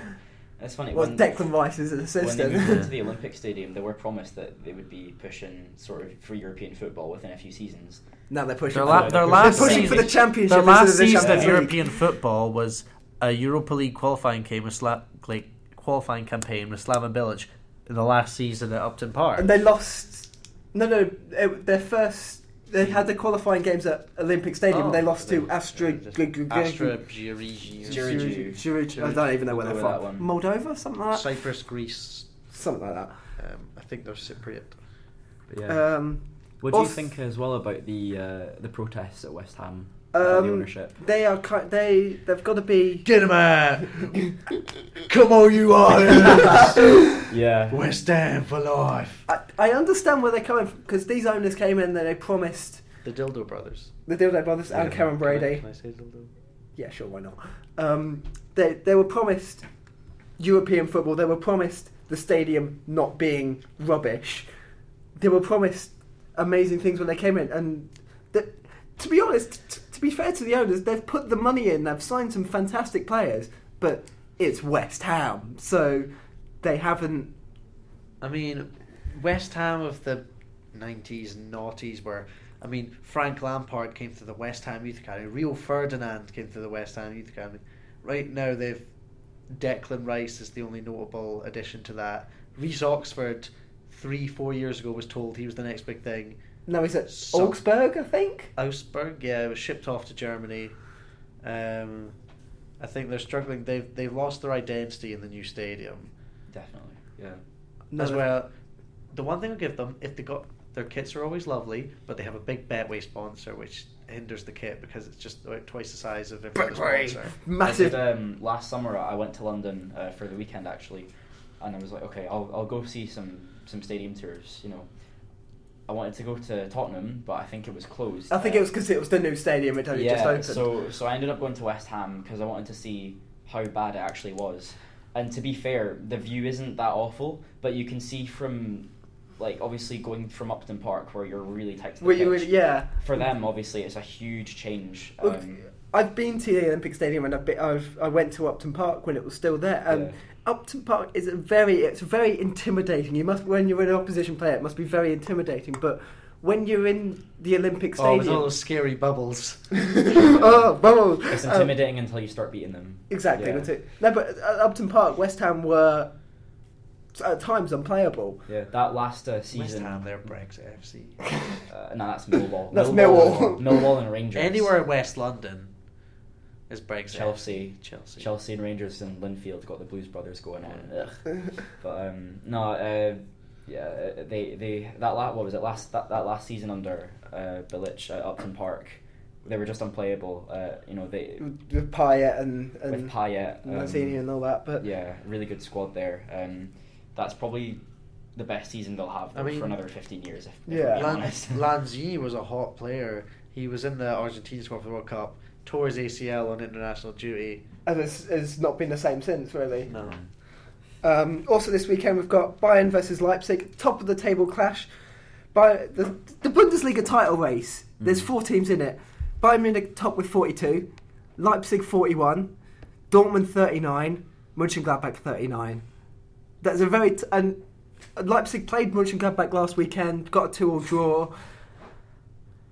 Speaker 4: It's funny
Speaker 1: Well,
Speaker 4: when
Speaker 1: Declan Rice is an
Speaker 4: when they
Speaker 1: assistant.
Speaker 4: moved into
Speaker 2: Yeah.
Speaker 4: the Olympic Stadium, they were promised that they would be pushing sort of for European football within a few seasons.
Speaker 1: now they're pushing.
Speaker 2: Their,
Speaker 1: for
Speaker 2: la-
Speaker 1: the-
Speaker 2: their
Speaker 4: They're
Speaker 2: last
Speaker 1: pushing
Speaker 2: season,
Speaker 1: for the championship.
Speaker 2: Their
Speaker 1: instead
Speaker 2: last
Speaker 1: the
Speaker 2: season of
Speaker 1: Champions League.
Speaker 2: European football was a Europa League qualifying game with Sla- like qualifying campaign with Slaven Bilic in the last season at Upton Park.
Speaker 1: And they lost. No, no. It, their first. They had the qualifying games at Olympic Stadium.
Speaker 2: Oh.
Speaker 1: and they lost to Astra. Gl- gl- gl-
Speaker 5: Astra Girigi,
Speaker 1: Jiri-
Speaker 4: Giriju.
Speaker 1: Jiri- I don't even know where they're
Speaker 4: Remember
Speaker 1: from.
Speaker 4: that one.
Speaker 1: Moldova, something like that.
Speaker 5: Cyprus, Greece.
Speaker 1: Something like that.
Speaker 5: Um, I think they're Cypriot.
Speaker 1: Um,
Speaker 3: What do you
Speaker 1: Off-
Speaker 3: think as well about the uh, the protests at West Ham? about the
Speaker 1: um,
Speaker 3: ownership.
Speaker 1: they are. ki- They they've got to be.
Speaker 5: Get him out! Come on, you Irons!
Speaker 3: Yeah.
Speaker 5: West Ham for life.
Speaker 1: I, I understand where they're coming from because these owners came in and they promised
Speaker 5: The Dildo Brothers.
Speaker 1: the Dildo Brothers and
Speaker 5: Yeah.
Speaker 1: Karen Brady.
Speaker 5: Can I, can I say Dildo?
Speaker 1: yeah, sure, why not? Um, they they were promised European football. They were promised the stadium not being rubbish. They were promised amazing things when they came in, and th to be honest, t- to be fair to the owners, they've put the money in. They've signed some fantastic players, but it's West Ham, so they haven't.
Speaker 5: I mean, West Ham of the 90s and noughties were. I mean, Frank Lampard came through the West Ham Youth Academy. Rio Ferdinand came through the West Ham Youth Academy. Right now, they've. Declan Rice is the only notable addition to that. Reese Oxford, three, four years ago, was told he was the next big thing.
Speaker 1: No, is it
Speaker 5: So-
Speaker 1: Augsburg? I think.
Speaker 4: Uh,
Speaker 5: Augsburg, yeah, was shipped off to Germany. Um, I think they're struggling. They've they've lost their identity in the new stadium
Speaker 4: Definitely. Yeah.
Speaker 1: No,
Speaker 5: as
Speaker 1: they-
Speaker 5: well. The one thing I'll give them, if they got their kits are always lovely, but they have a big Betway sponsor, which hinders the kit because it's just about twice the size of every other
Speaker 1: Betway.
Speaker 5: sponsor.
Speaker 1: Massive.
Speaker 4: I did, um, last summer, I went to London uh, for the weekend actually, and I was like, okay, I'll, I'll go see some some stadium tours. You know, I wanted to go to Tottenham, but I think it was closed.
Speaker 1: I think
Speaker 4: Uh,
Speaker 1: it was because it was the new stadium. It only
Speaker 4: yeah,
Speaker 1: just opened.
Speaker 4: so so I ended up going to West Ham because I wanted to see how bad it actually was. And to be fair, the view isn't that awful, but you can see from, like, obviously going from Upton Park where you're really tight to the
Speaker 1: Were you
Speaker 4: pitch.
Speaker 1: really- yeah.
Speaker 4: For them, obviously, it's a huge change.
Speaker 1: Look,
Speaker 4: Um,
Speaker 1: I've been to the Olympic Stadium and I've, been, I've I went to Upton Park when it was still there. And
Speaker 4: Yeah.
Speaker 1: Upton Park is a very it's very intimidating. You must when you're an opposition player, it must be very intimidating. But when you're in the Olympic
Speaker 5: Oh, with
Speaker 1: Stadium,
Speaker 5: all those scary bubbles.
Speaker 1: oh, bubbles.
Speaker 4: it's
Speaker 1: Um,
Speaker 4: intimidating until you start beating them.
Speaker 1: exactly.
Speaker 4: Yeah.
Speaker 1: that's it. No, but at Upton Park, West Ham were at times unplayable.
Speaker 4: Yeah, that last uh, season.
Speaker 5: West Ham, they're Brexit FC.
Speaker 4: Uh, no, that's Millwall.
Speaker 1: That's Millwall.
Speaker 4: Millwall. Millwall and Rangers.
Speaker 5: Anywhere in West London is Brexit.
Speaker 4: Chelsea.
Speaker 5: Chelsea.
Speaker 4: Chelsea and Rangers and Linfield got the Blues Brothers going on.
Speaker 5: Yeah.
Speaker 4: Ugh. But um, no, uh, yeah, uh, they they that la- what was it last that, that last season under uh, Bilic at Upton Park, they were just unplayable. Uh, you know they
Speaker 1: With Payet and and
Speaker 4: with Payet, um,
Speaker 1: Mancini and all that. But
Speaker 4: yeah, really good squad there. Um, that's probably the best season they'll have
Speaker 5: I mean-
Speaker 4: for another 15 years. If, if
Speaker 1: Yeah.
Speaker 4: we're being
Speaker 5: Lan-
Speaker 4: honest.
Speaker 5: Lanzini was a hot player. He was in the Argentina squad for the World Cup. Tore his ACL on international duty.
Speaker 1: And it's, it's not been the same since, really.
Speaker 5: No.
Speaker 1: Um, also, this weekend we've got Bayern versus Leipzig, top of the table clash. By the, the Bundesliga title race, there's
Speaker 3: Mhm.
Speaker 4: Mm.
Speaker 1: four teams in it. Bayern Munich top with 42, Leipzig 41, Dortmund 39, Mönchengladbach 39. That's a very t- and Leipzig played Mönchengladbach last weekend, got a two-all draw.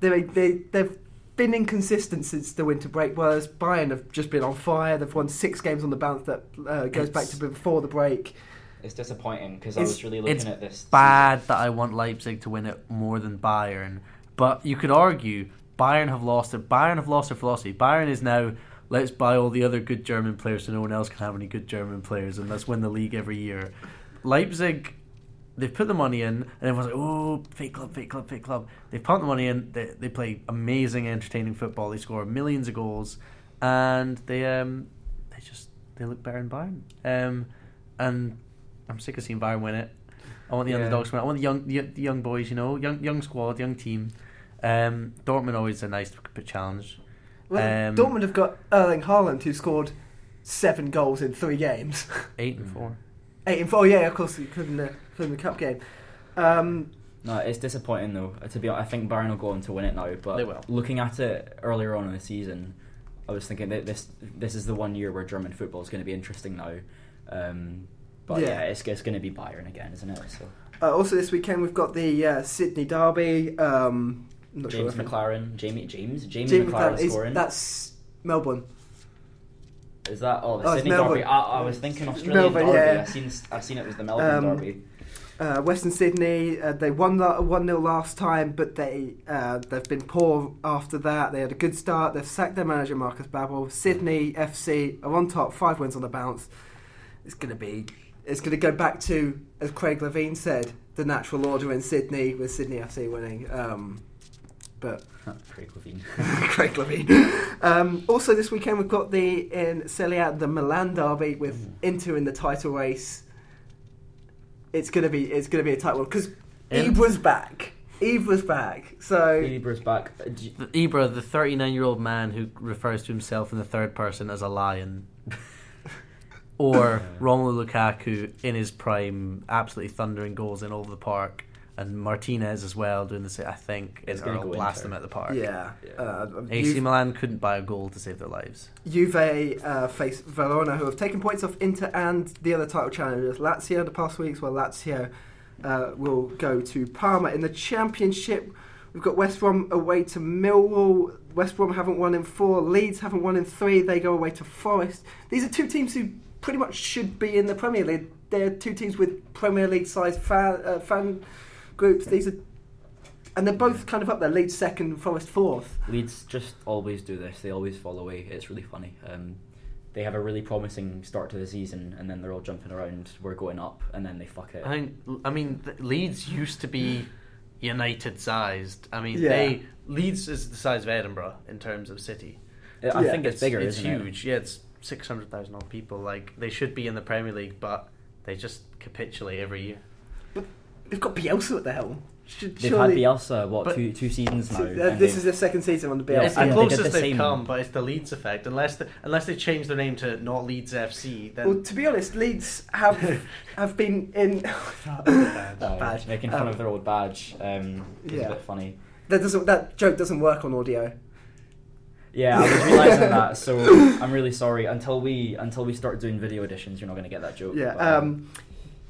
Speaker 1: They they they've been inconsistent since the winter break, whereas Bayern have just been on fire. They've won six games on the bounce that uh, goes back to before the break.
Speaker 4: it's disappointing because I
Speaker 1: It's-
Speaker 4: was really
Speaker 2: it's
Speaker 4: looking at this.
Speaker 2: bad that I want Leipzig to win it more than Bayern. But you could argue Bayern have lost their Bayern have lost their philosophy. Bayern is now let's buy all the other good German players so no one else can have any good German players and let's win the league every year. Leipzig they've put the money in and everyone's like, Oh, fake club, fake club, fake club. They pump the money in, they they play amazing, entertaining football, they score millions of goals and they um they just they look better in Bayern. Um and I'm sick of seeing Bayern win it. I want the
Speaker 5: Yeah.
Speaker 2: underdogs to win. I want the young the, the young boys, you know, young young squad, young team. Um, Dortmund always a nice p- challenge.
Speaker 1: Well,
Speaker 2: Um,
Speaker 1: Dortmund have got Erling Haaland, who scored seven goals in three games.
Speaker 2: Eight and
Speaker 3: Mm.
Speaker 2: four.
Speaker 1: Eight and four, yeah, of course, including the, including the cup game. Um,
Speaker 4: No, it's disappointing though. Uh, To be honest, I think Bayern will go on to win it now. But
Speaker 5: They will.
Speaker 4: looking at it earlier on in the season, I was thinking that this this is the one year where German football is going to be interesting now. Um, but
Speaker 1: Yeah.
Speaker 4: yeah, it's, it's going to be Bayern again, isn't it? So
Speaker 1: uh, also, this weekend we've got the uh, Sydney Derby. Um, I'm not
Speaker 4: James
Speaker 1: sure if-
Speaker 4: McLaren, Jamie James, Jamie,
Speaker 1: Jamie
Speaker 4: McLaren,
Speaker 1: is-
Speaker 4: scoring.
Speaker 1: That's Melbourne.
Speaker 4: Is that oh the
Speaker 1: Oh, it's
Speaker 4: Sydney
Speaker 1: Melbourne.
Speaker 4: Derby? I, I was thinking Australian
Speaker 1: Melbourne,
Speaker 4: Derby.
Speaker 1: yeah.
Speaker 4: I've seen I've seen it was the Melbourne
Speaker 1: Um,
Speaker 4: Derby.
Speaker 1: Uh, Western Sydney, uh, they won one 0 last time, but they uh, they've been poor after that. They had a good start. They've sacked their manager Marcus Babbel. Sydney FC are on top, five wins on the bounce. It's gonna be, it's gonna go back to as Craig Levine said, the natural order in Sydney with Sydney FC winning. Um, but
Speaker 4: Craig Levine.
Speaker 1: Craig Levine. Um, also, this weekend we've got the in Serie A the Milan derby with Inter in the title race. It's gonna be it's gonna be a tight one because
Speaker 2: In-
Speaker 1: Ibra's back. Ibra's back. So
Speaker 4: Ibra's back. Uh, do you-
Speaker 2: The- Ibra, the 39 year old man who refers to himself in the third person as a lion, or Romelu Lukaku in his prime, absolutely thundering goals in all the park, and Martinez as well doing the same. I think
Speaker 4: It's
Speaker 2: Inter
Speaker 4: gonna
Speaker 2: will
Speaker 4: go
Speaker 2: blast
Speaker 4: Inter.
Speaker 2: them at the park.
Speaker 1: yeah,
Speaker 4: Yeah.
Speaker 1: uh,
Speaker 2: AC
Speaker 1: Ju-
Speaker 2: Milan couldn't buy a goal to save their lives.
Speaker 1: Juve uh, face Verona, who have taken points off Inter and the other title challengers Lazio the past weeks. Well, Lazio uh, will go to Parma in the Championship. We've got West Brom away to Millwall. West Brom haven't won in four. Leeds haven't won in three. They go away to Forest. These are two teams who pretty much should be in the Premier League. They're two teams with Premier League sized fan, uh, fan groups. These are, and they're both kind of up there. Leeds second, Forest fourth.
Speaker 4: Leeds just always do this. They always fall away. It's really funny. Um, they have a really promising start to the season, and then they're all jumping around. We're going up, and then they fuck it.
Speaker 2: I think. I mean, th- Leeds used to be United sized. I mean,
Speaker 1: Yeah.
Speaker 2: they Leeds is the size of Edinburgh in terms of city.
Speaker 4: I, I
Speaker 1: yeah,
Speaker 4: think it's, bigger.
Speaker 2: It's
Speaker 4: isn't it?
Speaker 2: huge. Yeah, it's six hundred thousand odd people. Like they should be in the Premier League, but they just capitulate every year.
Speaker 1: They've got Bielsa at the helm. Should,
Speaker 4: They've
Speaker 1: surely-
Speaker 4: had Bielsa what
Speaker 2: But-
Speaker 4: two two seasons now.
Speaker 1: Uh,
Speaker 4: and
Speaker 1: this
Speaker 4: they've-
Speaker 1: is the second season on the
Speaker 4: Yeah,
Speaker 1: bill.
Speaker 2: it's
Speaker 4: and
Speaker 2: the
Speaker 4: they did
Speaker 2: closest
Speaker 4: the
Speaker 2: they've
Speaker 4: same.
Speaker 2: come, but it's the Leeds effect. Unless the, unless they change their name to not Leeds FC, then
Speaker 1: well, to be honest, Leeds have have been in.
Speaker 4: uh,
Speaker 1: badge.
Speaker 4: making fun
Speaker 1: Um,
Speaker 4: of their old badge. Um, is
Speaker 1: yeah.
Speaker 4: a bit funny.
Speaker 1: that doesn't that joke doesn't work on audio.
Speaker 4: Yeah, I was realizing that. So I'm really sorry. Until we until we start doing video editions, you're not going to get that joke.
Speaker 1: Yeah,
Speaker 4: but, um,
Speaker 1: um,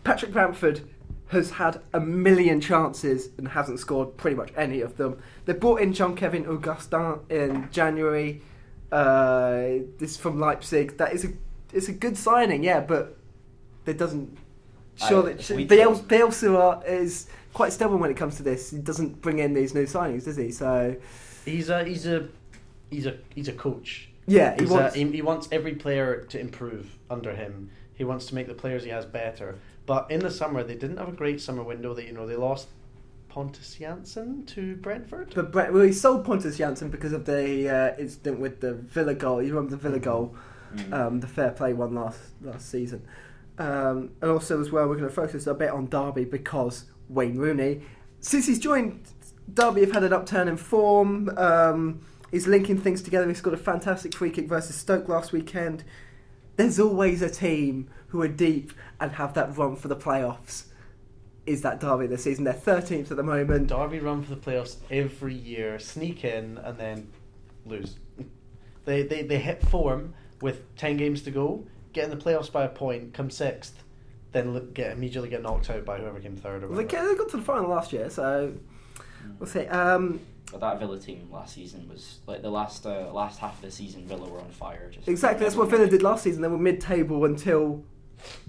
Speaker 1: Patrick Bamford has had a million chances and hasn't scored pretty much any of them. They brought in John Kevin Augustin in January. Uh, this is from Leipzig. That is a it's a good signing, yeah, but it doesn't.
Speaker 4: I-
Speaker 1: Sure, that
Speaker 4: if we-
Speaker 1: Biel- Bielsa is quite stubborn when it comes to this. He doesn't bring in these new signings, does he? So
Speaker 5: He's a he's a he's a he's a coach.
Speaker 1: yeah, he
Speaker 5: He's
Speaker 1: wants.
Speaker 5: a, he, he wants every player to improve under him. He wants to make the players he has better. But in the summer, they didn't have a great summer window. That you know they lost Pontus Janssen to Brentford.
Speaker 1: But Brett, well, he sold Pontus Janssen because of the uh, incident with the Villa goal. You remember the Villa goal,
Speaker 4: Mm.
Speaker 1: um, the fair play one last last season. Um, and also, as well, we're going to focus a bit on Derby because Wayne Rooney, since he's joined Derby, have had an upturn in form. Um, he's linking things together. He scored a fantastic free kick versus Stoke last weekend. There's always a team who are deep and have that run for the playoffs. Is that Derby this season? They're 13th at the moment.
Speaker 2: Derby run for the playoffs every year, sneak in and then lose. They they, they hit form with ten games to go, get in the playoffs by a point, come sixth, then look, get immediately get knocked out by whoever came third or
Speaker 1: Well, They
Speaker 2: whatever.
Speaker 1: ca- they got to the final last year, so
Speaker 4: Hmm. Mm.
Speaker 1: we'll see. Um,
Speaker 9: But that Villa team last season was like the last uh, last half of the season. Villa were on fire. Just
Speaker 1: exactly, that's what Villa did last season. They were mid-table until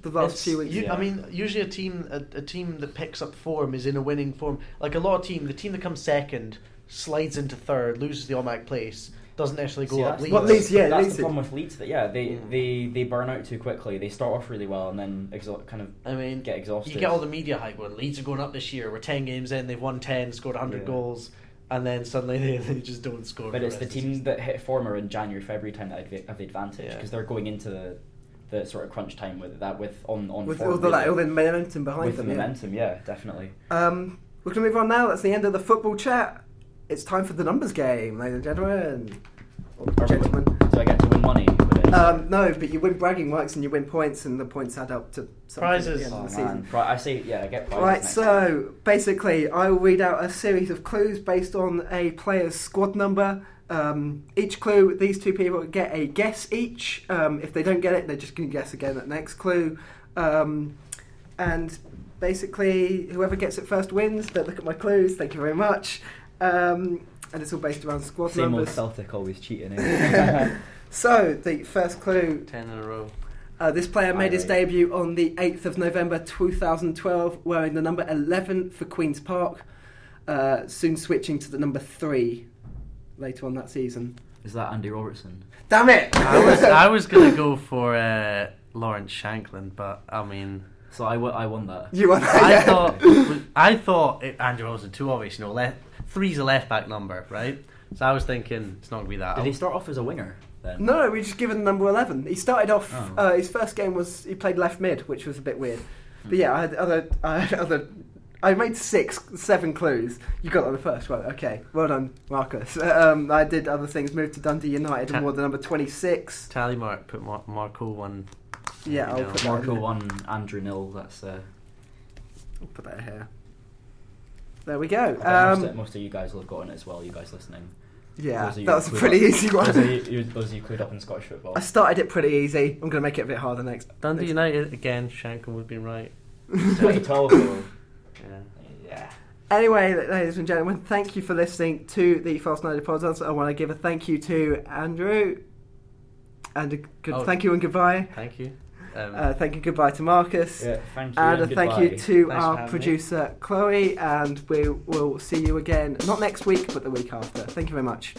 Speaker 1: the last
Speaker 2: It's-
Speaker 1: few weeks.
Speaker 2: you-
Speaker 9: Yeah.
Speaker 2: I mean, usually a team a, a team that picks up form is in a winning form. Like a lot of team, the team that comes second slides into third, loses the automatic place, doesn't necessarily go
Speaker 9: See,
Speaker 2: up.
Speaker 9: that's-
Speaker 2: leads.
Speaker 1: What Leeds, yeah,
Speaker 4: that's
Speaker 1: Leeds
Speaker 4: the
Speaker 1: did.
Speaker 4: problem with Leeds. That yeah, they,
Speaker 2: Mm.
Speaker 4: they they burn out too quickly. They start off really well and then exo- kind of
Speaker 2: I mean,
Speaker 4: get exhausted.
Speaker 2: You get all the media hype when Leeds are going up this year. We're ten games in, they've won ten, scored hundred
Speaker 4: Yeah.
Speaker 2: goals, and then suddenly they, they just don't score.
Speaker 4: But
Speaker 2: for
Speaker 4: it's the
Speaker 2: rest of
Speaker 4: teams
Speaker 2: season.
Speaker 4: that hit form are in January, February time that have the- have the advantage
Speaker 2: Yeah.
Speaker 4: because they're going into the, the sort of crunch time with that with on on
Speaker 1: with
Speaker 4: form,
Speaker 1: all the, like,
Speaker 4: really.
Speaker 1: all the momentum behind
Speaker 4: with
Speaker 1: them.
Speaker 4: the
Speaker 1: yeah.
Speaker 4: momentum. Yeah, definitely.
Speaker 1: Um, we're going to move on now. That's the end of the football chat. It's time for the numbers game, ladies and gentlemen. Or
Speaker 4: Are we-
Speaker 1: gentlemen.
Speaker 4: do I get to win money? Oh, With it?
Speaker 1: Um, no, but you win bragging rights and you win points, and the points add up to something
Speaker 2: Prizes.
Speaker 1: At the end
Speaker 4: oh,
Speaker 1: of the
Speaker 4: man.
Speaker 1: season.
Speaker 4: Pri- I say yeah, I get prizes
Speaker 1: Right,
Speaker 4: next time.
Speaker 1: so basically, I will read out a series of clues based on a player's squad number. Um, each clue, these two people get a guess each. Um, if they don't get it, they're just going to guess again at next clue. Um, and basically, whoever gets it first wins. Don't look at my clues. Thank you very much. Um, and it's all based around squad
Speaker 4: same old
Speaker 1: numbers.
Speaker 4: Celtic always cheating. eh?
Speaker 1: So, the first clue
Speaker 2: ten in a row.
Speaker 1: uh, this player made his
Speaker 4: Irate.
Speaker 1: debut on the 8th of November 2012, wearing the number 11 for Queen's Park, uh, soon switching to the number 3 later on that season.
Speaker 4: Is that Andy Robertson?
Speaker 1: Damn it!
Speaker 10: I was I was gonna go for uh, Lawrence Shanklin, but I mean,
Speaker 4: So I wa- I won that.
Speaker 1: You won that,
Speaker 10: I
Speaker 1: yeah.
Speaker 10: thought I thought it, Andrew Robertson too obvious. You know, left three's a left back number, right? So I was thinking it's not gonna be that.
Speaker 4: Did he start off as a winger then?
Speaker 1: No, we just given number 11. He started off,
Speaker 4: Oh.
Speaker 1: uh, his first game was, he played left mid, which was a bit weird.
Speaker 10: Hmm.
Speaker 1: But yeah, I had other, I had other, I made six, seven clues. You got on the first one, okay. Well done, Marcus. Um, I did other things, moved to Dundee United and wore the number 26.
Speaker 10: Tally mark put Mar- Marco one.
Speaker 1: Yeah, I'll
Speaker 10: You know,
Speaker 1: put that
Speaker 4: Hmm. Marco
Speaker 1: in there.
Speaker 4: one, Andrew nil. That's uh,
Speaker 1: I'll Oh, put that here. There we go.
Speaker 4: I think most, of,
Speaker 1: Um,
Speaker 4: most of you guys will have gotten it as well. You guys listening.
Speaker 1: yeah,
Speaker 4: Those of you
Speaker 1: that was a
Speaker 4: clued
Speaker 1: pretty
Speaker 4: up-
Speaker 1: easy
Speaker 4: Those of
Speaker 1: one.
Speaker 4: you, you- those of you clued up in Scottish football.
Speaker 1: I started it pretty easy. I'm going to make it a bit harder next.
Speaker 10: Dundee
Speaker 1: next-
Speaker 10: United again. Shanklin would be right.
Speaker 4: 2012. though.
Speaker 10: Yeah.
Speaker 4: yeah.
Speaker 1: Anyway, ladies and gentlemen, thank you for listening to the False Night Podcast. I want to give a thank you to Andrew. And a good,
Speaker 10: Oh.
Speaker 1: thank you and goodbye.
Speaker 10: Thank you. Um,
Speaker 1: Uh, thank you, goodbye to Marcus.
Speaker 4: Yeah, thank you.
Speaker 1: And a
Speaker 4: goodbye.
Speaker 1: thank you to
Speaker 2: Thanks for having
Speaker 1: our
Speaker 2: me.
Speaker 1: producer Chloe, and we will see you again not next week, but the week after. Thank you very much.